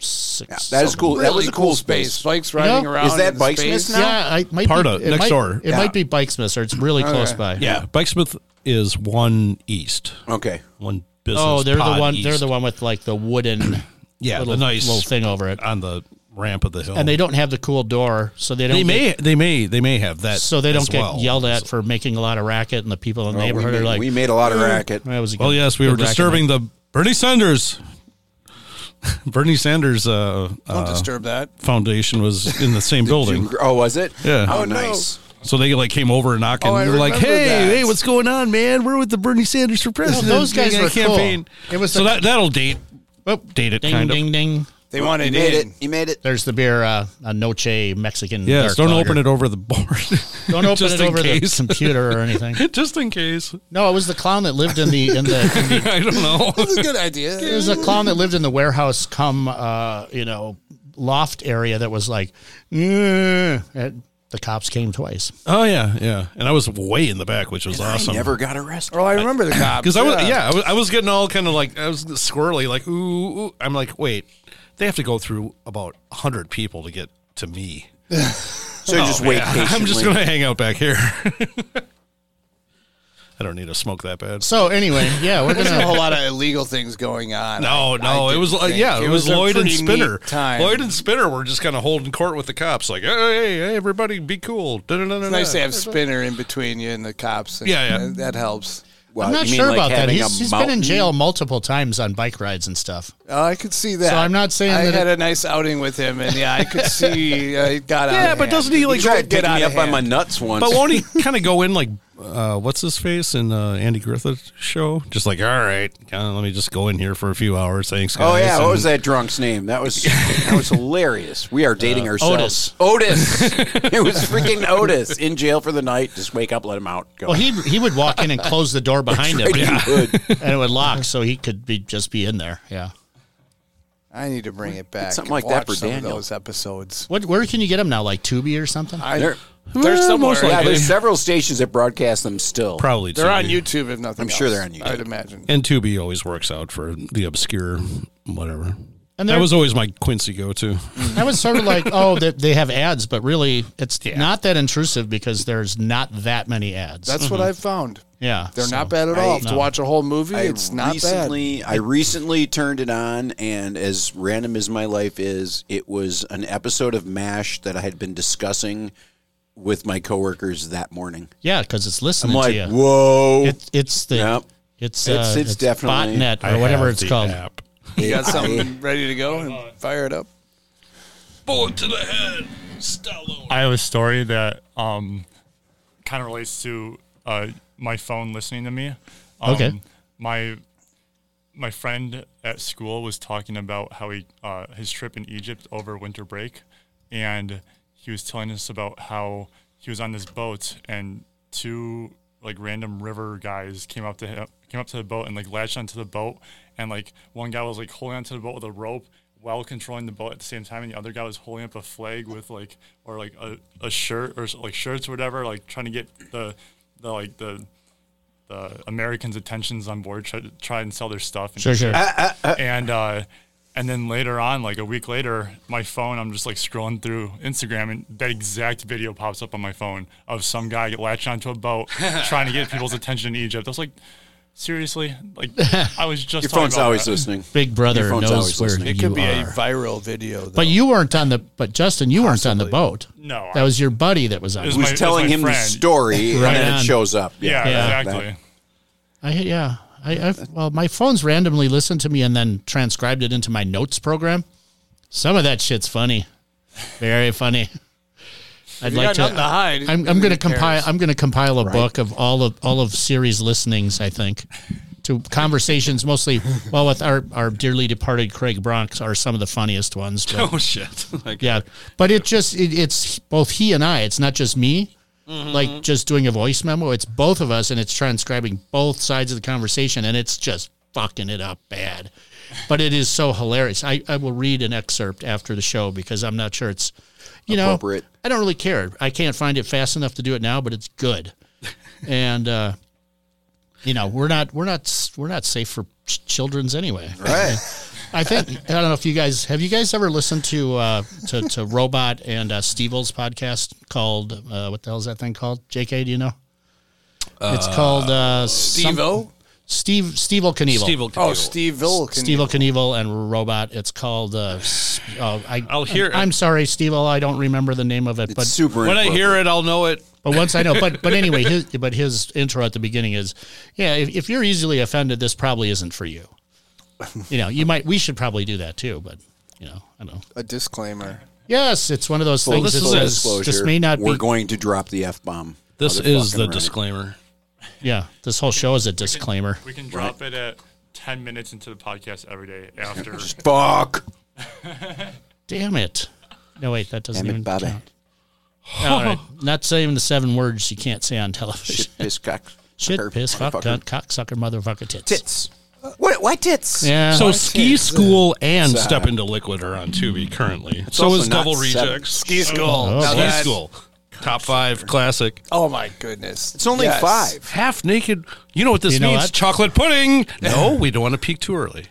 [SPEAKER 1] six.
[SPEAKER 2] That is cool.
[SPEAKER 4] Really
[SPEAKER 2] that was a cool space.
[SPEAKER 4] Bikes riding
[SPEAKER 1] know?
[SPEAKER 4] around.
[SPEAKER 2] Is that
[SPEAKER 4] in
[SPEAKER 2] Bikesmith
[SPEAKER 4] space.
[SPEAKER 2] now?
[SPEAKER 1] Yeah, I might
[SPEAKER 3] Part
[SPEAKER 1] be,
[SPEAKER 3] of-
[SPEAKER 1] it
[SPEAKER 3] next
[SPEAKER 1] might-
[SPEAKER 3] door.
[SPEAKER 1] It might be Bikesmith, or it's really
[SPEAKER 2] Oh,
[SPEAKER 1] close by.
[SPEAKER 3] yeah, Bikesmith is one east,
[SPEAKER 2] Okay.
[SPEAKER 3] one business.
[SPEAKER 1] Oh, they're the
[SPEAKER 3] pod
[SPEAKER 1] one. They're
[SPEAKER 3] east.
[SPEAKER 1] the one with like the wooden,
[SPEAKER 3] yeah,
[SPEAKER 1] little,
[SPEAKER 3] the nice
[SPEAKER 1] little thing over it,
[SPEAKER 3] on the ramp of the hill.
[SPEAKER 1] and they don't have the cool door, so they don't.
[SPEAKER 3] they
[SPEAKER 1] get-
[SPEAKER 3] may they may they may have that.
[SPEAKER 1] so they
[SPEAKER 3] as
[SPEAKER 1] don't get
[SPEAKER 3] well.
[SPEAKER 1] yelled at for making a lot of racket, and the people in the
[SPEAKER 2] Well, we,
[SPEAKER 1] neighborhood
[SPEAKER 2] made,
[SPEAKER 1] are like,
[SPEAKER 2] we made a lot of racket.
[SPEAKER 1] "That was a
[SPEAKER 3] Well,
[SPEAKER 1] good-
[SPEAKER 3] yes, we
[SPEAKER 1] good
[SPEAKER 3] were
[SPEAKER 1] racket
[SPEAKER 3] disturbing the Bernie Sanders. Bernie Sanders uh,
[SPEAKER 4] Don't
[SPEAKER 3] uh,
[SPEAKER 4] disturb that.
[SPEAKER 3] foundation was in the same building,
[SPEAKER 2] Oh, was it?
[SPEAKER 3] Yeah.
[SPEAKER 2] Oh,
[SPEAKER 3] Oh,
[SPEAKER 4] no.
[SPEAKER 2] nice.
[SPEAKER 3] so they like came over and knocked, and
[SPEAKER 4] Oh, I
[SPEAKER 3] they were like,
[SPEAKER 4] remember
[SPEAKER 3] "Hey,
[SPEAKER 4] that.
[SPEAKER 3] hey, what's going on, man? We're with the Bernie Sanders for president.
[SPEAKER 1] those guys
[SPEAKER 3] doing a
[SPEAKER 1] were cool.
[SPEAKER 3] campaign.
[SPEAKER 1] It was
[SPEAKER 3] so
[SPEAKER 1] the-
[SPEAKER 3] that that'll date
[SPEAKER 1] night.
[SPEAKER 3] date it
[SPEAKER 1] Ding
[SPEAKER 3] kind
[SPEAKER 1] ding
[SPEAKER 3] of.
[SPEAKER 1] ding!
[SPEAKER 4] They wanted
[SPEAKER 2] You made it.
[SPEAKER 4] in.
[SPEAKER 2] You made it.
[SPEAKER 1] There's the beer, uh, a Noche Mexican.
[SPEAKER 3] Yes,
[SPEAKER 1] dark
[SPEAKER 3] don't
[SPEAKER 1] lager.
[SPEAKER 3] open it over the board.
[SPEAKER 1] Don't open
[SPEAKER 3] Just
[SPEAKER 1] it
[SPEAKER 3] in
[SPEAKER 1] over the
[SPEAKER 3] case.
[SPEAKER 1] computer or anything.
[SPEAKER 3] Just in case.
[SPEAKER 1] No, it was the clown that lived in the in the. In the
[SPEAKER 3] I don't know.
[SPEAKER 4] That's a good idea.
[SPEAKER 1] It was a clown that lived in the warehouse come uh, you know loft area that was like "Eh," and the cops came twice
[SPEAKER 3] oh yeah, yeah. And I was way in the back, which was awesome.
[SPEAKER 2] I never got arrested.
[SPEAKER 4] Oh, I remember the cop.
[SPEAKER 3] Because I was, yeah, I was, I was getting all kind of like I was squirrely, like ooh, ooh. I'm like, wait, they have to go through about hundred people to get to me.
[SPEAKER 2] So just wait patiently.
[SPEAKER 3] I'm just gonna hang out back here. I don't need to smoke that bad.
[SPEAKER 1] so anyway yeah we're
[SPEAKER 4] There's a
[SPEAKER 1] gonna
[SPEAKER 4] whole lot of illegal things going on.
[SPEAKER 3] No, no, it was
[SPEAKER 4] didn't
[SPEAKER 3] like yeah, it,
[SPEAKER 4] think. It
[SPEAKER 3] was,
[SPEAKER 4] was a
[SPEAKER 3] Lloyd and
[SPEAKER 4] pretty neat
[SPEAKER 3] Spinner.
[SPEAKER 4] time.
[SPEAKER 3] Lloyd and Spinner were just kind of holding court with the cops, like, hey, hey, hey everybody, be cool. Da-da-da-da-da.
[SPEAKER 4] It's nice to have Spinner in between you and the cops. and-
[SPEAKER 3] Yeah, yeah.
[SPEAKER 4] and That helps.
[SPEAKER 2] Well,
[SPEAKER 1] i'm not
[SPEAKER 2] you mean
[SPEAKER 1] sure
[SPEAKER 2] like
[SPEAKER 1] about that
[SPEAKER 2] having a
[SPEAKER 1] he's, he's been in
[SPEAKER 2] mountain?
[SPEAKER 1] jail multiple times on bike rides and stuff
[SPEAKER 4] Oh, I could see that.
[SPEAKER 1] So I'm not saying
[SPEAKER 4] I
[SPEAKER 1] that
[SPEAKER 4] had a nice outing with him, and yeah, I could see uh, it got out.
[SPEAKER 3] Yeah,
[SPEAKER 4] of
[SPEAKER 3] but
[SPEAKER 4] hand.
[SPEAKER 3] doesn't he, like,
[SPEAKER 2] He
[SPEAKER 4] tried
[SPEAKER 2] tried
[SPEAKER 4] to
[SPEAKER 2] to
[SPEAKER 4] get
[SPEAKER 2] pick
[SPEAKER 4] out
[SPEAKER 2] me
[SPEAKER 4] of
[SPEAKER 2] up by
[SPEAKER 4] hand.
[SPEAKER 2] my nuts once.
[SPEAKER 3] But won't he kind of go in like, uh, what's his face in uh, Andy Griffith show? Just like, all right, uh, let me just go in here for a few hours. Thanks, guys.
[SPEAKER 2] Oh yeah, what
[SPEAKER 3] And-
[SPEAKER 2] was that drunk's name? That was that was hilarious. We are dating ourselves. Otis. it was freaking Otis in jail for the night. Just wake up, let him out. Go.
[SPEAKER 1] well he he would walk in and close the door behind him
[SPEAKER 2] Right, he would.
[SPEAKER 1] and it would lock so he could be just be in there yeah
[SPEAKER 4] I need to bring it back.
[SPEAKER 2] something like that
[SPEAKER 4] Watch
[SPEAKER 2] for
[SPEAKER 4] some
[SPEAKER 2] Daniel.
[SPEAKER 4] Of those episodes.
[SPEAKER 1] what where can you get him now like Tubi or something
[SPEAKER 4] I,
[SPEAKER 2] They're-
[SPEAKER 4] they're
[SPEAKER 3] Well,
[SPEAKER 4] somewhere.
[SPEAKER 3] most
[SPEAKER 2] Yeah,
[SPEAKER 3] likely.
[SPEAKER 2] there's several stations that broadcast them still.
[SPEAKER 3] Probably
[SPEAKER 4] they're on
[SPEAKER 3] Tubi.
[SPEAKER 4] YouTube. If nothing,
[SPEAKER 2] I'm sure they're
[SPEAKER 4] else,
[SPEAKER 2] on
[SPEAKER 4] I'd
[SPEAKER 2] YouTube.
[SPEAKER 4] imagine.
[SPEAKER 3] And Tubi always works out for the obscure, whatever.
[SPEAKER 1] And Mm.
[SPEAKER 3] And
[SPEAKER 1] there-
[SPEAKER 3] that was always my Quincy go to.
[SPEAKER 1] I was sort of like, oh, that they have ads, but really, it's not that intrusive because there's not that many ads.
[SPEAKER 4] That's what I've found.
[SPEAKER 1] yeah,
[SPEAKER 4] They're
[SPEAKER 1] so-
[SPEAKER 4] not bad at all. to watch a whole movie,
[SPEAKER 2] I
[SPEAKER 4] it's not
[SPEAKER 2] recently, I recently turned it on, and as random as my life is, it was an episode of MASH that I had been discussing with my coworkers that morning.
[SPEAKER 1] Yeah, because it's listening
[SPEAKER 2] I'm like,
[SPEAKER 1] to you.
[SPEAKER 2] whoa.
[SPEAKER 1] It, it's the
[SPEAKER 2] Yep.
[SPEAKER 1] it's, uh,
[SPEAKER 2] It's-
[SPEAKER 1] it's
[SPEAKER 2] it's definitely-
[SPEAKER 1] botnet or
[SPEAKER 3] I
[SPEAKER 1] whatever
[SPEAKER 3] have
[SPEAKER 1] it's
[SPEAKER 3] the
[SPEAKER 1] called.
[SPEAKER 3] app.
[SPEAKER 4] You got
[SPEAKER 2] I-
[SPEAKER 4] something ready to go and fire it up.
[SPEAKER 3] Bullet to the head, Stallone.
[SPEAKER 5] I have a story that um, kind of relates to uh, my phone listening to me. Um,
[SPEAKER 1] Okay.
[SPEAKER 5] My my friend at school was talking about how he uh, his trip in Egypt over winter break, and he was telling us about how he was on this boat and two like random river guys came up to him came up to the boat and like latched onto the boat and like one guy was like holding onto the boat with a rope while controlling the boat at the same time and the other guy was holding up a flag with like or like a, a shirt or like shirts or whatever like trying to get the the like the the Americans' attentions on board, try, try and sell their stuff. And
[SPEAKER 1] Sure, sure.
[SPEAKER 2] Ah,
[SPEAKER 5] and uh, and then later on, like a week later, my phone, I'm just like scrolling through Instagram, and that exact video pops up on my phone of some guy latching onto a boat trying to get people's attention in Egypt. I was like, seriously, like I was just
[SPEAKER 2] Your
[SPEAKER 5] talking
[SPEAKER 2] phone's
[SPEAKER 5] about
[SPEAKER 2] always
[SPEAKER 5] that.
[SPEAKER 2] listening.
[SPEAKER 1] Big Brother
[SPEAKER 2] Your
[SPEAKER 1] knows
[SPEAKER 2] phone's always
[SPEAKER 1] where
[SPEAKER 2] listening.
[SPEAKER 4] It
[SPEAKER 1] you
[SPEAKER 4] could be
[SPEAKER 1] are.
[SPEAKER 4] a viral video, though.
[SPEAKER 1] but you weren't on the. But Justin, you weren't on the boat.
[SPEAKER 5] No,
[SPEAKER 1] that
[SPEAKER 5] I-
[SPEAKER 1] was your buddy that was on.
[SPEAKER 5] It was
[SPEAKER 1] it.
[SPEAKER 2] Who's
[SPEAKER 5] my- it's
[SPEAKER 2] telling
[SPEAKER 5] my
[SPEAKER 2] him the
[SPEAKER 5] friend.
[SPEAKER 2] story
[SPEAKER 1] Right
[SPEAKER 2] and then
[SPEAKER 1] on.
[SPEAKER 2] it shows up.
[SPEAKER 5] Yeah,
[SPEAKER 1] Yeah.
[SPEAKER 5] exactly.
[SPEAKER 1] I yeah. I I've, well, my phone's randomly listened to me and then transcribed it into my notes program. Some of that shit's funny, very funny. I'd
[SPEAKER 4] you
[SPEAKER 1] like
[SPEAKER 4] got
[SPEAKER 1] to.
[SPEAKER 4] nothing to hide,
[SPEAKER 1] I'm, I'm
[SPEAKER 4] nobody
[SPEAKER 1] going to
[SPEAKER 4] cares.
[SPEAKER 1] compile. I'm going to compile a book of all of all of series listenings. I think to conversations mostly. Well, with our our dearly departed Craig Bronx are some of the funniest ones. But
[SPEAKER 3] Oh shit! Like,
[SPEAKER 1] yeah, but it just it, it's both he and I. It's not just me, like just doing a voice memo. It's both of us, and it's transcribing both sides of the conversation, and it's just fucking it up bad. But it is so hilarious. I, I will read an excerpt after the show because I'm not sure it's you know
[SPEAKER 2] Appropriate.
[SPEAKER 1] I don't really care. I can't find it fast enough to do it now, but it's good. and uh, you know we're not we're not we're not safe for ch- children's anyway.
[SPEAKER 2] Right.
[SPEAKER 1] I think I don't know if you guys have you guys ever listened to uh, to, to Robot and uh, Stevel's podcast called uh, what the hell is that thing called? JK, do you know? It's called uh, some-
[SPEAKER 4] Steve-O?
[SPEAKER 1] Steve Stevel Knievel.
[SPEAKER 3] Steve will.
[SPEAKER 4] Oh, Steve Vill. can-
[SPEAKER 1] Stevel Knievel and Robot. It's called. Uh, s- oh, I,
[SPEAKER 3] I'll hear it.
[SPEAKER 1] I'm sorry, Stevel. I don't remember the name of it,
[SPEAKER 2] It's
[SPEAKER 1] but
[SPEAKER 2] super
[SPEAKER 3] When I hear it, I'll know it.
[SPEAKER 1] but once I know, but but anyway, his, but his intro at the beginning is, yeah, if, if you're easily offended, this probably isn't for you. You know, you might. We should probably do that too, but you know, I don't know.
[SPEAKER 4] a disclaimer.
[SPEAKER 1] Yes, it's one of those things.
[SPEAKER 3] this
[SPEAKER 1] that
[SPEAKER 3] is
[SPEAKER 2] Full
[SPEAKER 3] a-
[SPEAKER 1] says,
[SPEAKER 2] disclosure,
[SPEAKER 1] this may not
[SPEAKER 2] We're
[SPEAKER 1] be.
[SPEAKER 2] going to drop the F bomb.
[SPEAKER 3] This is the disclaimer.
[SPEAKER 1] yeah, this whole show is a disclaimer.
[SPEAKER 5] We can drop it at ten minutes into the podcast every day after.
[SPEAKER 2] Fuck.
[SPEAKER 1] Damn it! No, wait, that doesn't
[SPEAKER 2] Damn it,
[SPEAKER 1] even
[SPEAKER 2] Bobby.
[SPEAKER 1] count. All right, not saying the seven words you can't say on television.
[SPEAKER 2] Shit, piss, cock.
[SPEAKER 1] Shit,
[SPEAKER 2] sucker,
[SPEAKER 1] piss, fuck,
[SPEAKER 2] motherfucker.
[SPEAKER 1] cunt, cocksucker, motherfucker, tits.
[SPEAKER 2] Tits. What? Why tits?
[SPEAKER 1] Yeah.
[SPEAKER 3] So ski school and step into liquid are on Tubi currently. So
[SPEAKER 2] also
[SPEAKER 3] is
[SPEAKER 2] not
[SPEAKER 3] double
[SPEAKER 2] seven.
[SPEAKER 3] rejects.
[SPEAKER 4] Ski school.
[SPEAKER 1] Now
[SPEAKER 3] Ski
[SPEAKER 4] that's-
[SPEAKER 3] school. Top five classic.
[SPEAKER 4] Oh my goodness!
[SPEAKER 2] It's only
[SPEAKER 4] Yes.
[SPEAKER 2] five.
[SPEAKER 3] Half naked. You know what this
[SPEAKER 1] You know
[SPEAKER 3] means?
[SPEAKER 1] what?
[SPEAKER 3] Chocolate pudding. No, we don't want to peek too early.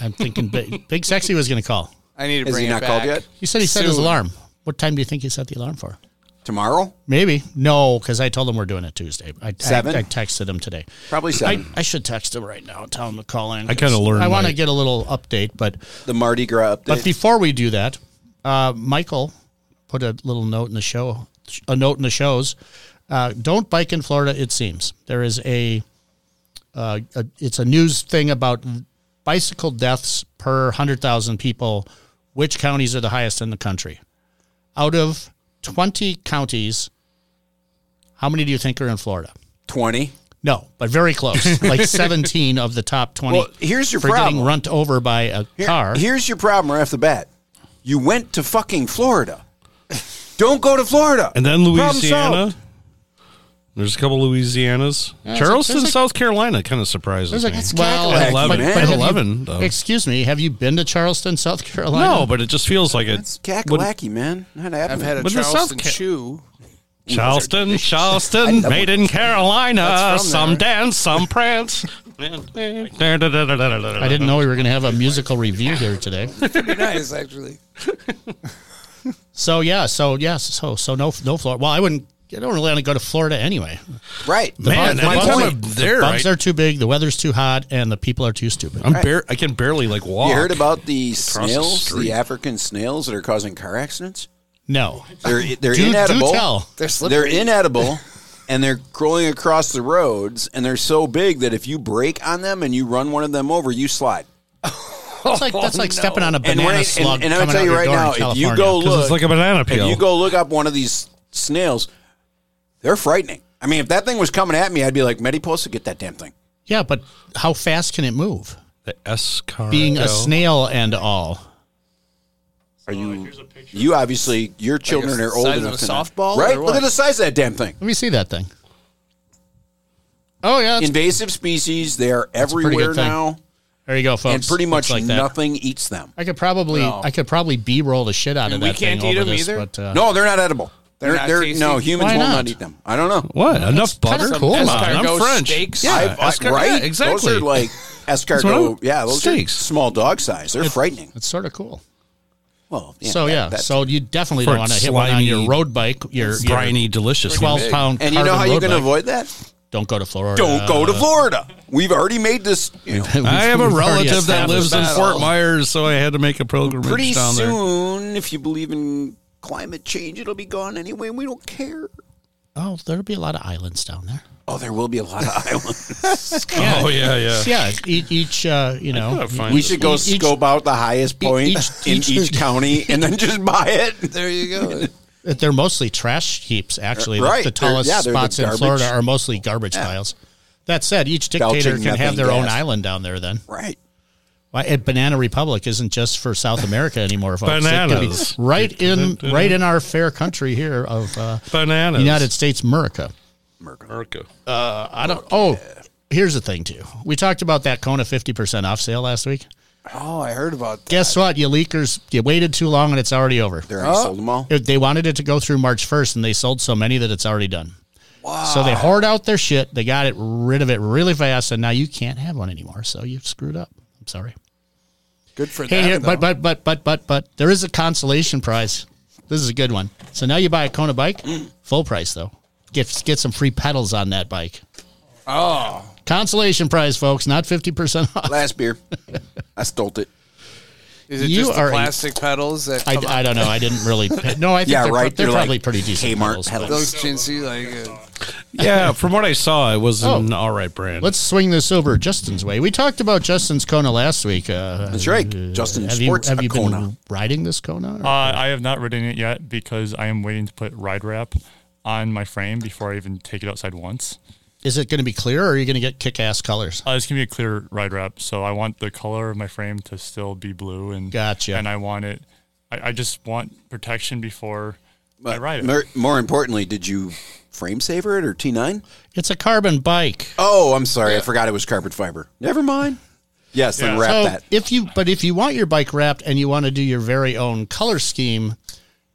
[SPEAKER 1] I'm thinking big, big sexy was going to call.
[SPEAKER 4] I need to
[SPEAKER 2] Is
[SPEAKER 4] bring
[SPEAKER 2] he
[SPEAKER 4] it
[SPEAKER 2] not
[SPEAKER 4] back.
[SPEAKER 2] called yet?
[SPEAKER 1] He said he set his
[SPEAKER 4] Soon.
[SPEAKER 1] alarm. What time do you think he set the alarm for?
[SPEAKER 2] Tomorrow?
[SPEAKER 1] Maybe no, because I told him we're doing it Tuesday. I,
[SPEAKER 2] Seven?
[SPEAKER 1] I, I texted him today.
[SPEAKER 2] Probably
[SPEAKER 1] I,
[SPEAKER 2] seven.
[SPEAKER 1] I should text him right now. Tell him to call in.
[SPEAKER 3] I kinda
[SPEAKER 1] 'cause
[SPEAKER 3] learned
[SPEAKER 1] I want
[SPEAKER 3] my-
[SPEAKER 1] to get a little update, but
[SPEAKER 2] the Mardi Gras update.
[SPEAKER 1] But before we do that, uh, Michael put a little note in the show, a note in the shows. Uh, don't bike in Florida. It seems there is a, uh, a it's a news thing about bicycle deaths per hundred thousand people. Which counties are the highest in the country? Out of twenty counties, how many do you think are in Florida?
[SPEAKER 2] 20.
[SPEAKER 1] No, but very close. like seventeen of the top twenty.
[SPEAKER 2] Well, here's your
[SPEAKER 1] for getting
[SPEAKER 2] problem.
[SPEAKER 1] run over by a
[SPEAKER 2] Here-
[SPEAKER 1] car.
[SPEAKER 2] Here's your problem right off the bat. You went to fucking Florida. Don't go to Florida.
[SPEAKER 3] And then
[SPEAKER 2] Problem
[SPEAKER 3] Louisiana.
[SPEAKER 2] solved.
[SPEAKER 3] There's a couple Louisianas. Charleston,
[SPEAKER 1] there's a-
[SPEAKER 3] South Carolina kind of surprises
[SPEAKER 1] There's
[SPEAKER 3] me.
[SPEAKER 1] a well,
[SPEAKER 2] Cadillac,
[SPEAKER 1] but-
[SPEAKER 2] man.
[SPEAKER 1] but have you-
[SPEAKER 3] 11, though.
[SPEAKER 1] excuse me, have you been to Charleston, South Carolina?
[SPEAKER 3] No, but it just feels like
[SPEAKER 2] It's
[SPEAKER 3] it. What-
[SPEAKER 2] cackalacky, man. Not happening.
[SPEAKER 4] I've had a
[SPEAKER 3] But the South
[SPEAKER 4] Charleston
[SPEAKER 3] Ca-
[SPEAKER 4] chew.
[SPEAKER 3] Charleston, Charleston, made in Carolina.
[SPEAKER 4] That's from
[SPEAKER 3] Some
[SPEAKER 4] there.
[SPEAKER 3] dance, some prance. I
[SPEAKER 1] I didn't know we were going to have a musical review here today.
[SPEAKER 4] Pretty nice, actually.
[SPEAKER 1] So yeah, so yes, so so no no Florida. Well, I wouldn't. I don't really want to go to Florida anyway.
[SPEAKER 2] right.
[SPEAKER 3] Man,
[SPEAKER 1] the
[SPEAKER 3] by
[SPEAKER 1] bugs
[SPEAKER 3] the time
[SPEAKER 1] are-
[SPEAKER 3] I'm there,
[SPEAKER 1] Bugs
[SPEAKER 3] I,
[SPEAKER 1] are too big, the weather's too hot, and the people are too stupid.
[SPEAKER 3] I'm bare. I can barely like walk.
[SPEAKER 2] You heard about the
[SPEAKER 3] the
[SPEAKER 2] snails, the,
[SPEAKER 3] street.
[SPEAKER 2] African snails that are causing car accidents?
[SPEAKER 1] No.
[SPEAKER 2] They're they're
[SPEAKER 1] Do, do
[SPEAKER 2] inedible.
[SPEAKER 1] tell.
[SPEAKER 4] They're
[SPEAKER 2] They're
[SPEAKER 4] slippery.
[SPEAKER 2] inedible, and they're crawling across the roads, and they're so big that if you brake on them and you run one of them over, you slide.
[SPEAKER 1] It's like that's like stepping on a
[SPEAKER 2] Oh, And
[SPEAKER 1] banana
[SPEAKER 2] when I- and-
[SPEAKER 1] slug.
[SPEAKER 2] and I'm
[SPEAKER 1] coming
[SPEAKER 2] gonna tell
[SPEAKER 1] out
[SPEAKER 2] you
[SPEAKER 1] your
[SPEAKER 2] right
[SPEAKER 1] door in
[SPEAKER 2] now, if you
[SPEAKER 1] California.
[SPEAKER 2] go
[SPEAKER 1] 'Cause
[SPEAKER 3] because
[SPEAKER 2] Look,
[SPEAKER 3] it's like a banana peel.
[SPEAKER 2] If you go look up one of these snails, they're frightening. I mean, if that thing was coming at me, I'd be like, Mediposa, get that damn thing.
[SPEAKER 1] Yeah, but how fast can it move?
[SPEAKER 3] the escargot.
[SPEAKER 1] Being a snail and all.
[SPEAKER 5] Are you? here's a picture.
[SPEAKER 2] You obviously, your children
[SPEAKER 4] the
[SPEAKER 2] are old
[SPEAKER 4] size of
[SPEAKER 2] enough
[SPEAKER 4] a
[SPEAKER 2] to not-
[SPEAKER 4] softball or
[SPEAKER 2] right?
[SPEAKER 4] what?
[SPEAKER 2] Look at the size of that damn thing.
[SPEAKER 1] Let me see that thing. Oh yeah, that's-
[SPEAKER 2] Invasive species. They are
[SPEAKER 1] pretty good
[SPEAKER 2] everywhere
[SPEAKER 1] thing,
[SPEAKER 2] now,
[SPEAKER 1] there you go, folks.
[SPEAKER 2] and pretty
[SPEAKER 1] Looks
[SPEAKER 2] much
[SPEAKER 1] like that.
[SPEAKER 2] nothing eats them.
[SPEAKER 1] I could probably I could probably b roll the shit out
[SPEAKER 4] And
[SPEAKER 1] of
[SPEAKER 4] we
[SPEAKER 1] that thing
[SPEAKER 4] can't eat
[SPEAKER 1] over
[SPEAKER 4] 'em
[SPEAKER 1] this,
[SPEAKER 4] either?
[SPEAKER 1] but uh,
[SPEAKER 2] No, they're not edible. They're,
[SPEAKER 4] They're not
[SPEAKER 2] they're-
[SPEAKER 4] tasty?
[SPEAKER 2] no humans
[SPEAKER 1] Why
[SPEAKER 2] will
[SPEAKER 1] not?
[SPEAKER 2] not eat them. I don't know.
[SPEAKER 3] What? Enough butter?
[SPEAKER 1] kinda cool.
[SPEAKER 3] Come on,
[SPEAKER 4] Escargot
[SPEAKER 3] I'm French.
[SPEAKER 4] steaks?
[SPEAKER 3] Yeah,
[SPEAKER 2] I've, I-
[SPEAKER 3] escar- yeah,
[SPEAKER 2] right?
[SPEAKER 3] exactly.
[SPEAKER 2] Those are like
[SPEAKER 3] what I'm-
[SPEAKER 2] escargot. Yeah, those
[SPEAKER 3] steaks.
[SPEAKER 2] are small dog size. They're frightening.
[SPEAKER 1] it's sort of cool.
[SPEAKER 2] Well,
[SPEAKER 1] so
[SPEAKER 2] that-
[SPEAKER 1] yeah,
[SPEAKER 2] that's-
[SPEAKER 1] so you definitely
[SPEAKER 3] For
[SPEAKER 1] don't want to
[SPEAKER 3] its
[SPEAKER 1] hit one on
[SPEAKER 3] slimy-
[SPEAKER 1] your road bike. Your, your
[SPEAKER 3] briny, delicious.
[SPEAKER 1] twelve pound.
[SPEAKER 2] and you know
[SPEAKER 1] carbon
[SPEAKER 2] how you
[SPEAKER 1] road
[SPEAKER 2] can
[SPEAKER 1] bike.
[SPEAKER 2] avoid that?
[SPEAKER 1] Don't go to Florida.
[SPEAKER 2] Don't go to Florida. We've already made this. You know,
[SPEAKER 1] We've-
[SPEAKER 3] I have a
[SPEAKER 1] we've already
[SPEAKER 3] relative that
[SPEAKER 1] established
[SPEAKER 3] lives in
[SPEAKER 1] that.
[SPEAKER 3] Fort Myers, so I had to make a pilgrimage
[SPEAKER 2] pretty
[SPEAKER 3] down there.
[SPEAKER 2] soon, if you believe in climate change, it'll be gone anyway. We don't care.
[SPEAKER 1] Oh, there'll be a lot of islands down there.
[SPEAKER 2] Oh, there will be a lot of islands.
[SPEAKER 3] Oh yeah, yeah.
[SPEAKER 1] Yeah, each, each uh, you know,
[SPEAKER 3] gotta find
[SPEAKER 2] we
[SPEAKER 3] this.
[SPEAKER 2] should go
[SPEAKER 1] Each-
[SPEAKER 2] scope out the highest point
[SPEAKER 1] each-
[SPEAKER 2] in
[SPEAKER 1] each-
[SPEAKER 2] e-, each, county and then just buy it.
[SPEAKER 4] There you go.
[SPEAKER 1] uh, they're mostly trash heaps. Actually, The- the,
[SPEAKER 2] Right. They're-
[SPEAKER 1] tallest
[SPEAKER 2] yeah, they're the
[SPEAKER 1] spots in
[SPEAKER 2] garbage.
[SPEAKER 1] Florida are mostly garbage piles. That said, each dictator
[SPEAKER 2] Belching
[SPEAKER 1] can have
[SPEAKER 2] methane
[SPEAKER 1] their own
[SPEAKER 2] gas.
[SPEAKER 1] island down there. Then,
[SPEAKER 2] Right.
[SPEAKER 1] Why, and Banana Republic isn't just for South America anymore, folks. It could be
[SPEAKER 3] Bananas.
[SPEAKER 1] right in right in our fair country here of uh,
[SPEAKER 3] Bananas.
[SPEAKER 1] United States, America.
[SPEAKER 3] America.
[SPEAKER 1] I don't. Oh, here's the thing too. We talked about that Kona fifty percent off sale last week.
[SPEAKER 4] Oh, I heard about that. Oh,
[SPEAKER 1] Guess what, you leakers? You waited too long and it's already over.
[SPEAKER 2] There, I sold them all.
[SPEAKER 1] It- They wanted it to go through March first, and they sold so many that it's already done. Wow. So they hoard out their shit. They got it rid of it really fast, and now you can't have one anymore. So you've screwed up. I'm sorry.
[SPEAKER 4] Good for
[SPEAKER 1] Hey,
[SPEAKER 4] that.
[SPEAKER 1] here, but
[SPEAKER 4] though.
[SPEAKER 1] but but but but but there is a consolation prize. This is a good one. So now you buy a Kona bike,
[SPEAKER 2] Mm.
[SPEAKER 1] full price though. Get get some free pedals on that bike.
[SPEAKER 4] oh,
[SPEAKER 1] Consolation prize, folks. Not fifty percent off.
[SPEAKER 2] Last beer. I stole it.
[SPEAKER 4] is it
[SPEAKER 1] You
[SPEAKER 4] just
[SPEAKER 1] are
[SPEAKER 4] the
[SPEAKER 1] a-
[SPEAKER 4] plastic pedals that
[SPEAKER 1] I,
[SPEAKER 4] come out?
[SPEAKER 1] I don't know. I didn't really. No, I think
[SPEAKER 2] Yeah,
[SPEAKER 1] they're, pro-
[SPEAKER 2] right.
[SPEAKER 1] they're
[SPEAKER 2] They're
[SPEAKER 1] probably
[SPEAKER 2] like
[SPEAKER 1] pretty decent
[SPEAKER 2] Kmart
[SPEAKER 1] pedals, but-
[SPEAKER 2] pedals.
[SPEAKER 4] those chintzy like uh,
[SPEAKER 3] Yeah, from what I saw, it was
[SPEAKER 1] Oh.
[SPEAKER 3] an all right brand.
[SPEAKER 1] Let's swing this over Justin's way. We talked about Justin's Kona last week. Uh,
[SPEAKER 2] That's right. Justin
[SPEAKER 1] have you
[SPEAKER 2] Sports
[SPEAKER 1] have you been
[SPEAKER 2] Kona.
[SPEAKER 1] riding this Kona? or-
[SPEAKER 5] Uh, I have not ridden it yet because I am waiting to put ride wrap on my frame before I even take it outside once.
[SPEAKER 1] Is it going to be clear, or are you going to get kick-ass colors?
[SPEAKER 5] Uh, it's gonna be a clear ride wrap, so I want the color of my frame to still be blue and
[SPEAKER 1] Gotcha.
[SPEAKER 5] And I want it. I, I just want protection before I ride it.
[SPEAKER 2] More, more importantly, did you frame saver it or T9?
[SPEAKER 1] It's a carbon bike.
[SPEAKER 2] Oh, I'm sorry. I forgot it was carpet fiber. Never mind. Yes, then
[SPEAKER 5] Yeah.
[SPEAKER 2] wrap
[SPEAKER 1] So
[SPEAKER 2] that.
[SPEAKER 1] if you, but if you want your bike wrapped and you want to do your very own color scheme,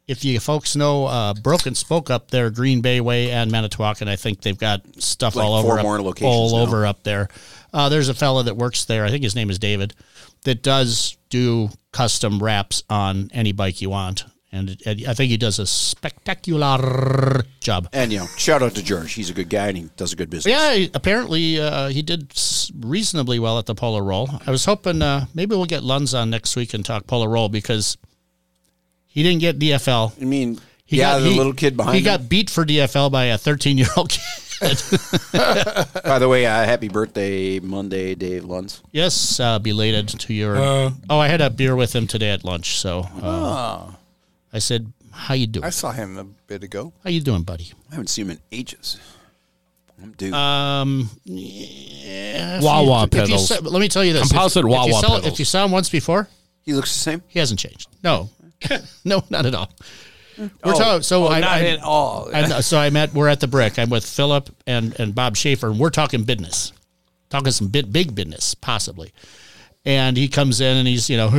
[SPEAKER 1] if you folks know uh, Broken Spoke up there, Green Bay Way and Manitowoc, I think they've got stuff
[SPEAKER 2] Like
[SPEAKER 1] all over,
[SPEAKER 2] four
[SPEAKER 1] up,
[SPEAKER 2] more locations
[SPEAKER 1] all
[SPEAKER 2] now.
[SPEAKER 1] over up there. Uh, there's a fella that works there. I think his name is David, that does do custom wraps on any bike you want, and, it- and I think he does a spectacular job.
[SPEAKER 2] And, you know, shout out to George. He's a good guy and he does a good business.
[SPEAKER 1] Yeah, he- apparently uh, he did s- reasonably well at the Polar Roll. I was hoping uh, maybe we'll get Lunds on next week and talk Polar Roll because he didn't get DFL.
[SPEAKER 2] I mean,
[SPEAKER 1] He
[SPEAKER 2] yeah,
[SPEAKER 1] got,
[SPEAKER 2] the
[SPEAKER 1] he-
[SPEAKER 2] little kid behind
[SPEAKER 1] He
[SPEAKER 2] him.
[SPEAKER 1] got beat for DFL by a 13 year old kid.
[SPEAKER 2] By the way, uh, happy birthday Monday, Dave Lunds.
[SPEAKER 1] yes, uh, belated to your.
[SPEAKER 3] Uh,
[SPEAKER 1] oh, I had a beer with him today at lunch. So uh, I said, "How you doing?
[SPEAKER 4] I saw him a bit ago.
[SPEAKER 1] How you doing, buddy?"
[SPEAKER 2] I haven't seen him in ages. I'm due.
[SPEAKER 1] Um, yeah, if
[SPEAKER 3] Wawa
[SPEAKER 1] if
[SPEAKER 3] pedals.
[SPEAKER 1] saw- let me tell you this: If-
[SPEAKER 3] Composite
[SPEAKER 1] if you
[SPEAKER 3] Wawa
[SPEAKER 1] saw- If
[SPEAKER 3] pedals.
[SPEAKER 1] you saw him once before,
[SPEAKER 2] he looks the same.
[SPEAKER 1] He hasn't changed. No, no, not at all. We're talking. So I,
[SPEAKER 4] Oh. Not
[SPEAKER 1] I,
[SPEAKER 4] at all.
[SPEAKER 1] I'm- so I'm at. We're at the brick. I'm with Philip and and Bob Schaefer, and we're talking business, talking some bit big business possibly. And he comes in and he's you know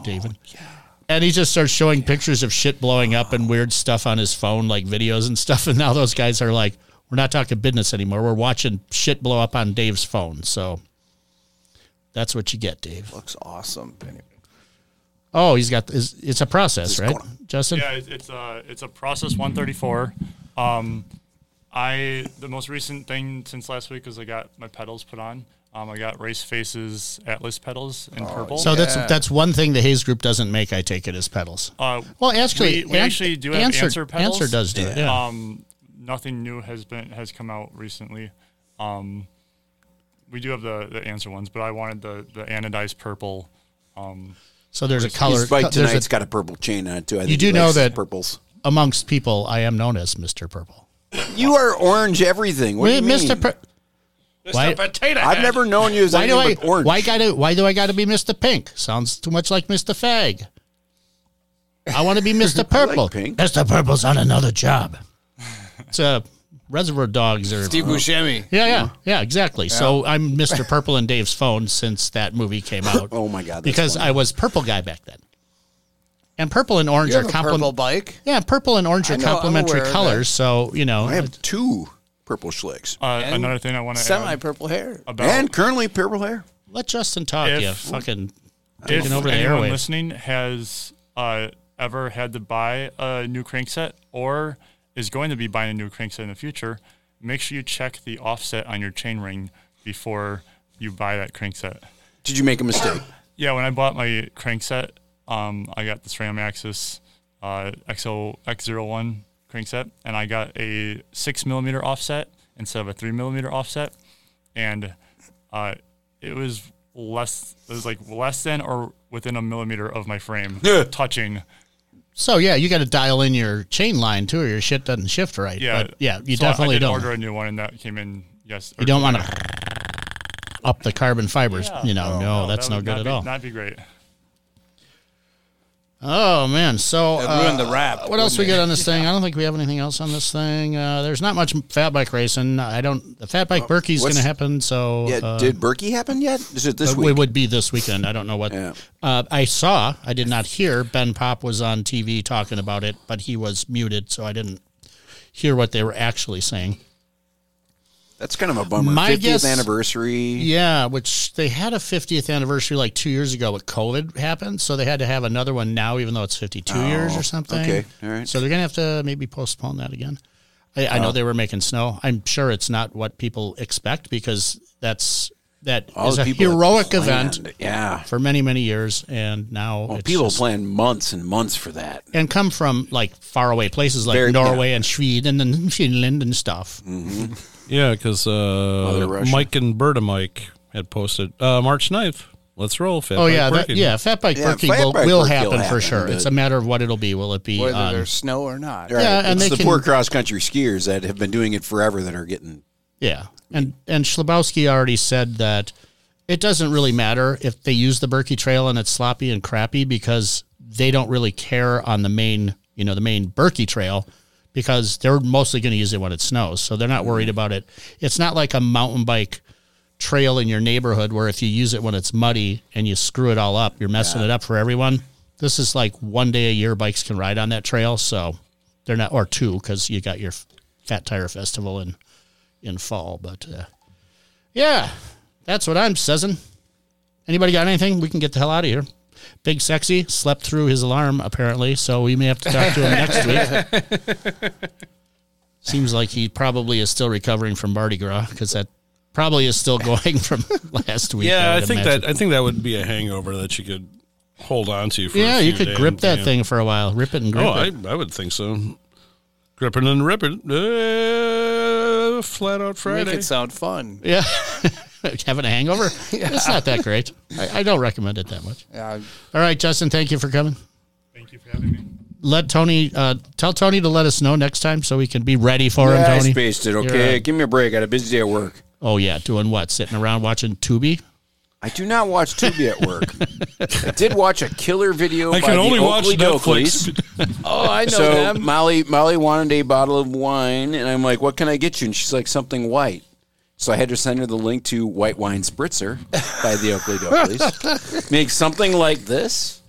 [SPEAKER 1] David,
[SPEAKER 4] Oh,
[SPEAKER 1] and he just starts showing pictures of shit blowing up and weird stuff on his phone, like videos and stuff. And now those guys are like, we're not talking business anymore. We're watching shit blow up on Dave's phone. So that's what you get, Dave.
[SPEAKER 4] Looks awesome. Anyway.
[SPEAKER 1] Oh, he's got. Is, it's a process, right, Justin?
[SPEAKER 5] Yeah, it's, it's a it's a process 134. Um, I the most recent thing since last week is I got my pedals put on. Um, I got race faces, atlas petals in purple.
[SPEAKER 1] So that's
[SPEAKER 4] Yeah.
[SPEAKER 1] that's one thing the Hayes Group doesn't make. I take it as pedals.
[SPEAKER 5] uh,
[SPEAKER 1] Well, actually,
[SPEAKER 5] we, we
[SPEAKER 1] An-
[SPEAKER 5] actually do have
[SPEAKER 1] answer,
[SPEAKER 5] answer, pedals.
[SPEAKER 1] Answer does do it. Yeah.
[SPEAKER 5] Um, nothing new has been has come out recently. Um, we do have the, the answer ones, but I wanted the the anodized purple. Um,
[SPEAKER 1] so there's a color.
[SPEAKER 2] His bike
[SPEAKER 1] co- there's a-
[SPEAKER 2] tonight's got a purple chain on it too. I think
[SPEAKER 1] You do
[SPEAKER 2] he
[SPEAKER 1] know
[SPEAKER 2] likes
[SPEAKER 1] that-
[SPEAKER 2] purples.
[SPEAKER 1] amongst people, I am known as Mister Purple.
[SPEAKER 2] You are orange everything. What do you mean?
[SPEAKER 1] Mister Pur- Why-
[SPEAKER 3] potato.
[SPEAKER 2] I've never known you as
[SPEAKER 1] Why do I?
[SPEAKER 2] anything but orange.
[SPEAKER 1] Why gotta? Why do I gotta be Mister Pink? Sounds too much like Mister Fag. I want to be Mister Purple.
[SPEAKER 2] pink.
[SPEAKER 1] Mister Purple's on another job. It's a Reservoir Dogs or
[SPEAKER 4] Steve Buscemi.
[SPEAKER 1] Yeah, yeah, yeah, exactly. So I'm Mr. Purple in Dave's phone since that movie came out.
[SPEAKER 2] Oh my God, that's
[SPEAKER 1] Because
[SPEAKER 2] funny.
[SPEAKER 1] I was purple guy back then, and purple and orange
[SPEAKER 4] You
[SPEAKER 1] are
[SPEAKER 4] have a purple
[SPEAKER 1] complementary.
[SPEAKER 4] bike.
[SPEAKER 1] Yeah, purple and orange
[SPEAKER 4] I
[SPEAKER 1] are
[SPEAKER 4] know, I'm
[SPEAKER 1] complementary
[SPEAKER 4] aware of
[SPEAKER 1] colors. So you know,
[SPEAKER 2] I have two purple schlicks
[SPEAKER 5] uh, another thing I want to
[SPEAKER 4] Semi
[SPEAKER 5] add
[SPEAKER 4] purple hair.
[SPEAKER 5] about
[SPEAKER 2] and currently purple hair.
[SPEAKER 1] let Justin talk.
[SPEAKER 5] If-
[SPEAKER 1] yeah, fucking
[SPEAKER 5] if
[SPEAKER 1] taking over the
[SPEAKER 5] anyone
[SPEAKER 1] airwaves.
[SPEAKER 5] listening has uh, ever had to buy a new crankset or is going to be buying a new crankset in the future, make sure you check the offset on your chain ring before you buy that crankset.
[SPEAKER 2] Did you make a mistake?
[SPEAKER 5] Yeah, when I bought my crankset, um, I got the SRAM Axis uh, XO, X01 crankset, and I got a six millimeter offset instead of a three millimeter offset, and uh, it was less. It was like less than or within a millimeter of my frame touching.
[SPEAKER 1] So yeah, you got to dial in your chain line too, or your shit doesn't shift right.
[SPEAKER 5] Yeah,
[SPEAKER 1] But, yeah, you
[SPEAKER 5] So I- I
[SPEAKER 1] definitely
[SPEAKER 5] did
[SPEAKER 1] don't.
[SPEAKER 5] order a new one, and that came in. Yes,
[SPEAKER 1] you don't want to up the carbon fibers. You know,
[SPEAKER 5] Oh,
[SPEAKER 1] no, that's no
[SPEAKER 5] not
[SPEAKER 1] good at
[SPEAKER 5] be,
[SPEAKER 1] all.
[SPEAKER 5] Not be great.
[SPEAKER 1] Oh man, so
[SPEAKER 4] It
[SPEAKER 1] uh,
[SPEAKER 4] ruined the wrap,
[SPEAKER 1] What else we
[SPEAKER 4] wouldn't
[SPEAKER 1] got on this thing? I don't think we have anything else on this thing. Uh, there's not much fat bike racing. I don't. The fat bike Berkey's going
[SPEAKER 2] what's-
[SPEAKER 1] to happen, so
[SPEAKER 2] Yeah,
[SPEAKER 1] uh,
[SPEAKER 2] did Berkey happen yet? Is it this
[SPEAKER 1] it would-
[SPEAKER 2] week?
[SPEAKER 1] would be this weekend. I don't know what.
[SPEAKER 2] Yeah.
[SPEAKER 1] Uh, I saw. I did not hear. Ben Pop was on TV talking about it, but he was muted, so I didn't hear what they were actually saying.
[SPEAKER 2] That's kind of a bummer.
[SPEAKER 1] My
[SPEAKER 2] 50th
[SPEAKER 1] guess-
[SPEAKER 2] anniversary.
[SPEAKER 1] Yeah, which they had a 50th anniversary like two years ago, but COVID happened, so they had to have another one now, even though it's 52 years or something.
[SPEAKER 2] Oh, okay, all right. Oh.
[SPEAKER 1] So they're gonna have to maybe postpone that again. I, I know they were making snow. I'm sure it's not what people expect because that's that
[SPEAKER 2] All
[SPEAKER 1] is
[SPEAKER 2] the
[SPEAKER 1] a
[SPEAKER 2] people that
[SPEAKER 1] heroic
[SPEAKER 2] planned.
[SPEAKER 1] event
[SPEAKER 2] Yeah.
[SPEAKER 1] for many many years, and now
[SPEAKER 2] Well,
[SPEAKER 1] it's
[SPEAKER 2] people
[SPEAKER 1] just-
[SPEAKER 2] plan months and months for that.
[SPEAKER 1] and come from like faraway places like
[SPEAKER 2] Very- Mm.
[SPEAKER 1] Norway and Sweden and Finland and stuff.
[SPEAKER 3] Yeah, because
[SPEAKER 2] Mother
[SPEAKER 3] uh,
[SPEAKER 2] Russia.
[SPEAKER 3] Mike and Berta Mike had posted uh, March 9th. Let's roll. Fat
[SPEAKER 1] Oh
[SPEAKER 3] Bike
[SPEAKER 1] yeah, that,
[SPEAKER 3] Working.
[SPEAKER 1] yeah. Fat bike
[SPEAKER 2] Yeah,
[SPEAKER 1] Berkey
[SPEAKER 2] Fat
[SPEAKER 1] will,
[SPEAKER 2] Bike
[SPEAKER 1] will
[SPEAKER 2] Berkey'll
[SPEAKER 1] happen for
[SPEAKER 2] happen,
[SPEAKER 1] sure.
[SPEAKER 2] but-
[SPEAKER 1] It's a matter of what it'll be. Will it be
[SPEAKER 4] Whether
[SPEAKER 1] on-
[SPEAKER 4] there's snow or not.
[SPEAKER 2] Right.
[SPEAKER 1] Yeah, and
[SPEAKER 2] it's
[SPEAKER 1] they
[SPEAKER 2] the
[SPEAKER 1] can-
[SPEAKER 2] poor cross country skiers that have been doing it forever that are getting.
[SPEAKER 1] Yeah, and and Schlabowski already said that it doesn't really matter if they use the Berkey Trail and it's sloppy and crappy because they don't really care on the main, you know, the main Berkey Trail because they're mostly going to use it when it snows, so they're not worried about it. It's not like a mountain bike trail in your neighborhood where if you use it when it's muddy and you screw it all up, you're messing it up for everyone. This is like one day a year bikes can ride on that trail, so they're not or two because you got your f- Fat Tire Festival and in fall. But uh, yeah, that's what I'm says. Anybody got anything? We can get the hell out of here. Big Sexy slept through his alarm apparently, so we may have to talk to him next week. Seems like he probably is still recovering from Mardi Gras because that probably is still going from last week.
[SPEAKER 3] Yeah, I
[SPEAKER 1] would
[SPEAKER 3] think
[SPEAKER 1] imagine.
[SPEAKER 3] that I think that would be a hangover that you could hold on to. For a
[SPEAKER 1] Yeah, you
[SPEAKER 3] few
[SPEAKER 1] could
[SPEAKER 3] days.
[SPEAKER 1] grip that
[SPEAKER 3] Yeah.
[SPEAKER 1] thing for a while. Rip it and grip
[SPEAKER 3] Oh,
[SPEAKER 1] it.
[SPEAKER 3] I, I would think so. Gripping and ripping, uh, flat out
[SPEAKER 4] Make
[SPEAKER 3] Friday.
[SPEAKER 4] it sound fun.
[SPEAKER 1] yeah. Having a hangover? It's not that great. I, I don't recommend it that much.
[SPEAKER 4] Yeah,
[SPEAKER 1] All right, Justin, thank you for coming.
[SPEAKER 5] Thank you for having me.
[SPEAKER 1] let Tony uh, tell Tony to let us know next time so we can be ready for
[SPEAKER 2] Yeah, I
[SPEAKER 1] him. Tony.
[SPEAKER 2] spaced it.
[SPEAKER 1] You're,
[SPEAKER 2] Okay,
[SPEAKER 1] uh,
[SPEAKER 2] give me a break. I had a busy day at work.
[SPEAKER 1] Oh yeah, doing what? Sitting around watching Tubi.
[SPEAKER 2] I do not watch Tubi at work. I did watch a killer video.
[SPEAKER 3] I
[SPEAKER 2] by
[SPEAKER 3] can
[SPEAKER 2] the
[SPEAKER 3] only watch
[SPEAKER 2] Oakley Doakleys.
[SPEAKER 3] Netflix.
[SPEAKER 4] Oh, I know
[SPEAKER 2] so
[SPEAKER 4] them.
[SPEAKER 2] Molly Molly wanted a bottle of wine, and I'm like, "What can I get you?" And she's like, "Something white." So I had to send her the link to White Wine Spritzer by the Oakley Doakleys. Make something like this,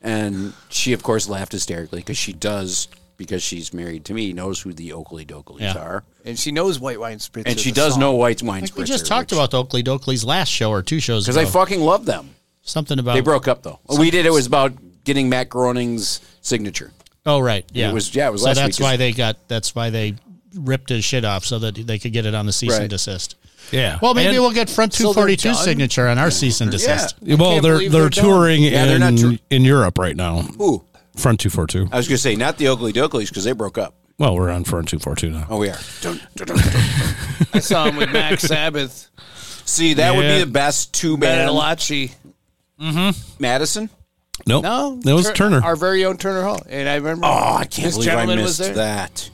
[SPEAKER 2] and she, of course, laughed hysterically because she does because she's married to me knows who the Oakley Doakleys
[SPEAKER 1] Yeah.
[SPEAKER 2] are,
[SPEAKER 4] And she knows white wine spritz.
[SPEAKER 2] and
[SPEAKER 4] is
[SPEAKER 2] she
[SPEAKER 4] a
[SPEAKER 2] does
[SPEAKER 4] song.
[SPEAKER 2] know White Wine
[SPEAKER 1] Like
[SPEAKER 2] Spritzer.
[SPEAKER 1] we just talked about the Oakley Doakley's last show or two shows
[SPEAKER 2] because
[SPEAKER 1] ago.
[SPEAKER 2] I fucking love them.
[SPEAKER 1] Something about
[SPEAKER 2] They broke up though. We did it was about getting Matt Groening's signature.
[SPEAKER 1] Oh right, yeah.
[SPEAKER 2] was- yeah, it was
[SPEAKER 1] so
[SPEAKER 2] last
[SPEAKER 1] that's
[SPEAKER 2] week.
[SPEAKER 1] why they got. That's why they ripped his shit off so that they could get it on the cease
[SPEAKER 2] Right.
[SPEAKER 1] and desist.
[SPEAKER 3] Yeah.
[SPEAKER 1] Well, maybe
[SPEAKER 3] And-
[SPEAKER 1] we'll get Front
[SPEAKER 2] So they're
[SPEAKER 1] 242
[SPEAKER 2] done?
[SPEAKER 1] signature on our cease and desist.
[SPEAKER 3] Well,
[SPEAKER 2] can't
[SPEAKER 3] they're
[SPEAKER 2] believe
[SPEAKER 3] they're,
[SPEAKER 2] they're done.
[SPEAKER 3] touring
[SPEAKER 2] Yeah, they're
[SPEAKER 3] in
[SPEAKER 2] not tour-
[SPEAKER 3] in Europe right now.
[SPEAKER 2] Who?
[SPEAKER 3] Front two four two.
[SPEAKER 2] I was going to say not the Oakley Doakleys because they broke up.
[SPEAKER 3] Well, we're on front two four two now.
[SPEAKER 2] Oh, we are. Dun, dun, dun.
[SPEAKER 4] I saw him with Max Sabbath,
[SPEAKER 2] See, that would be
[SPEAKER 3] Yeah.
[SPEAKER 2] the best two man.
[SPEAKER 4] Badalacci.
[SPEAKER 2] Madison.
[SPEAKER 3] Nope.
[SPEAKER 4] No,
[SPEAKER 3] that was
[SPEAKER 4] Tur-
[SPEAKER 3] Turner.
[SPEAKER 4] our very own Turner Hall. And I remember.
[SPEAKER 2] Oh, I can't
[SPEAKER 4] This
[SPEAKER 2] believe I
[SPEAKER 4] gentleman was
[SPEAKER 2] missed
[SPEAKER 4] there.
[SPEAKER 2] that.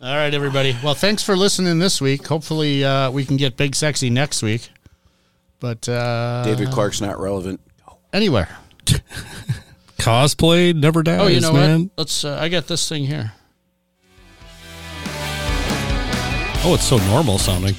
[SPEAKER 1] All right, everybody. Well, thanks for listening this week. Hopefully, uh, we can get Big Sexy next week. But uh,
[SPEAKER 3] Uh-huh.
[SPEAKER 2] David Clark's not relevant.
[SPEAKER 1] anywhere.
[SPEAKER 3] Cosplay never dies,
[SPEAKER 1] Oh, you know
[SPEAKER 3] man.
[SPEAKER 1] what? Let's. Uh, I got this thing here.
[SPEAKER 3] Oh, it's so normal sounding.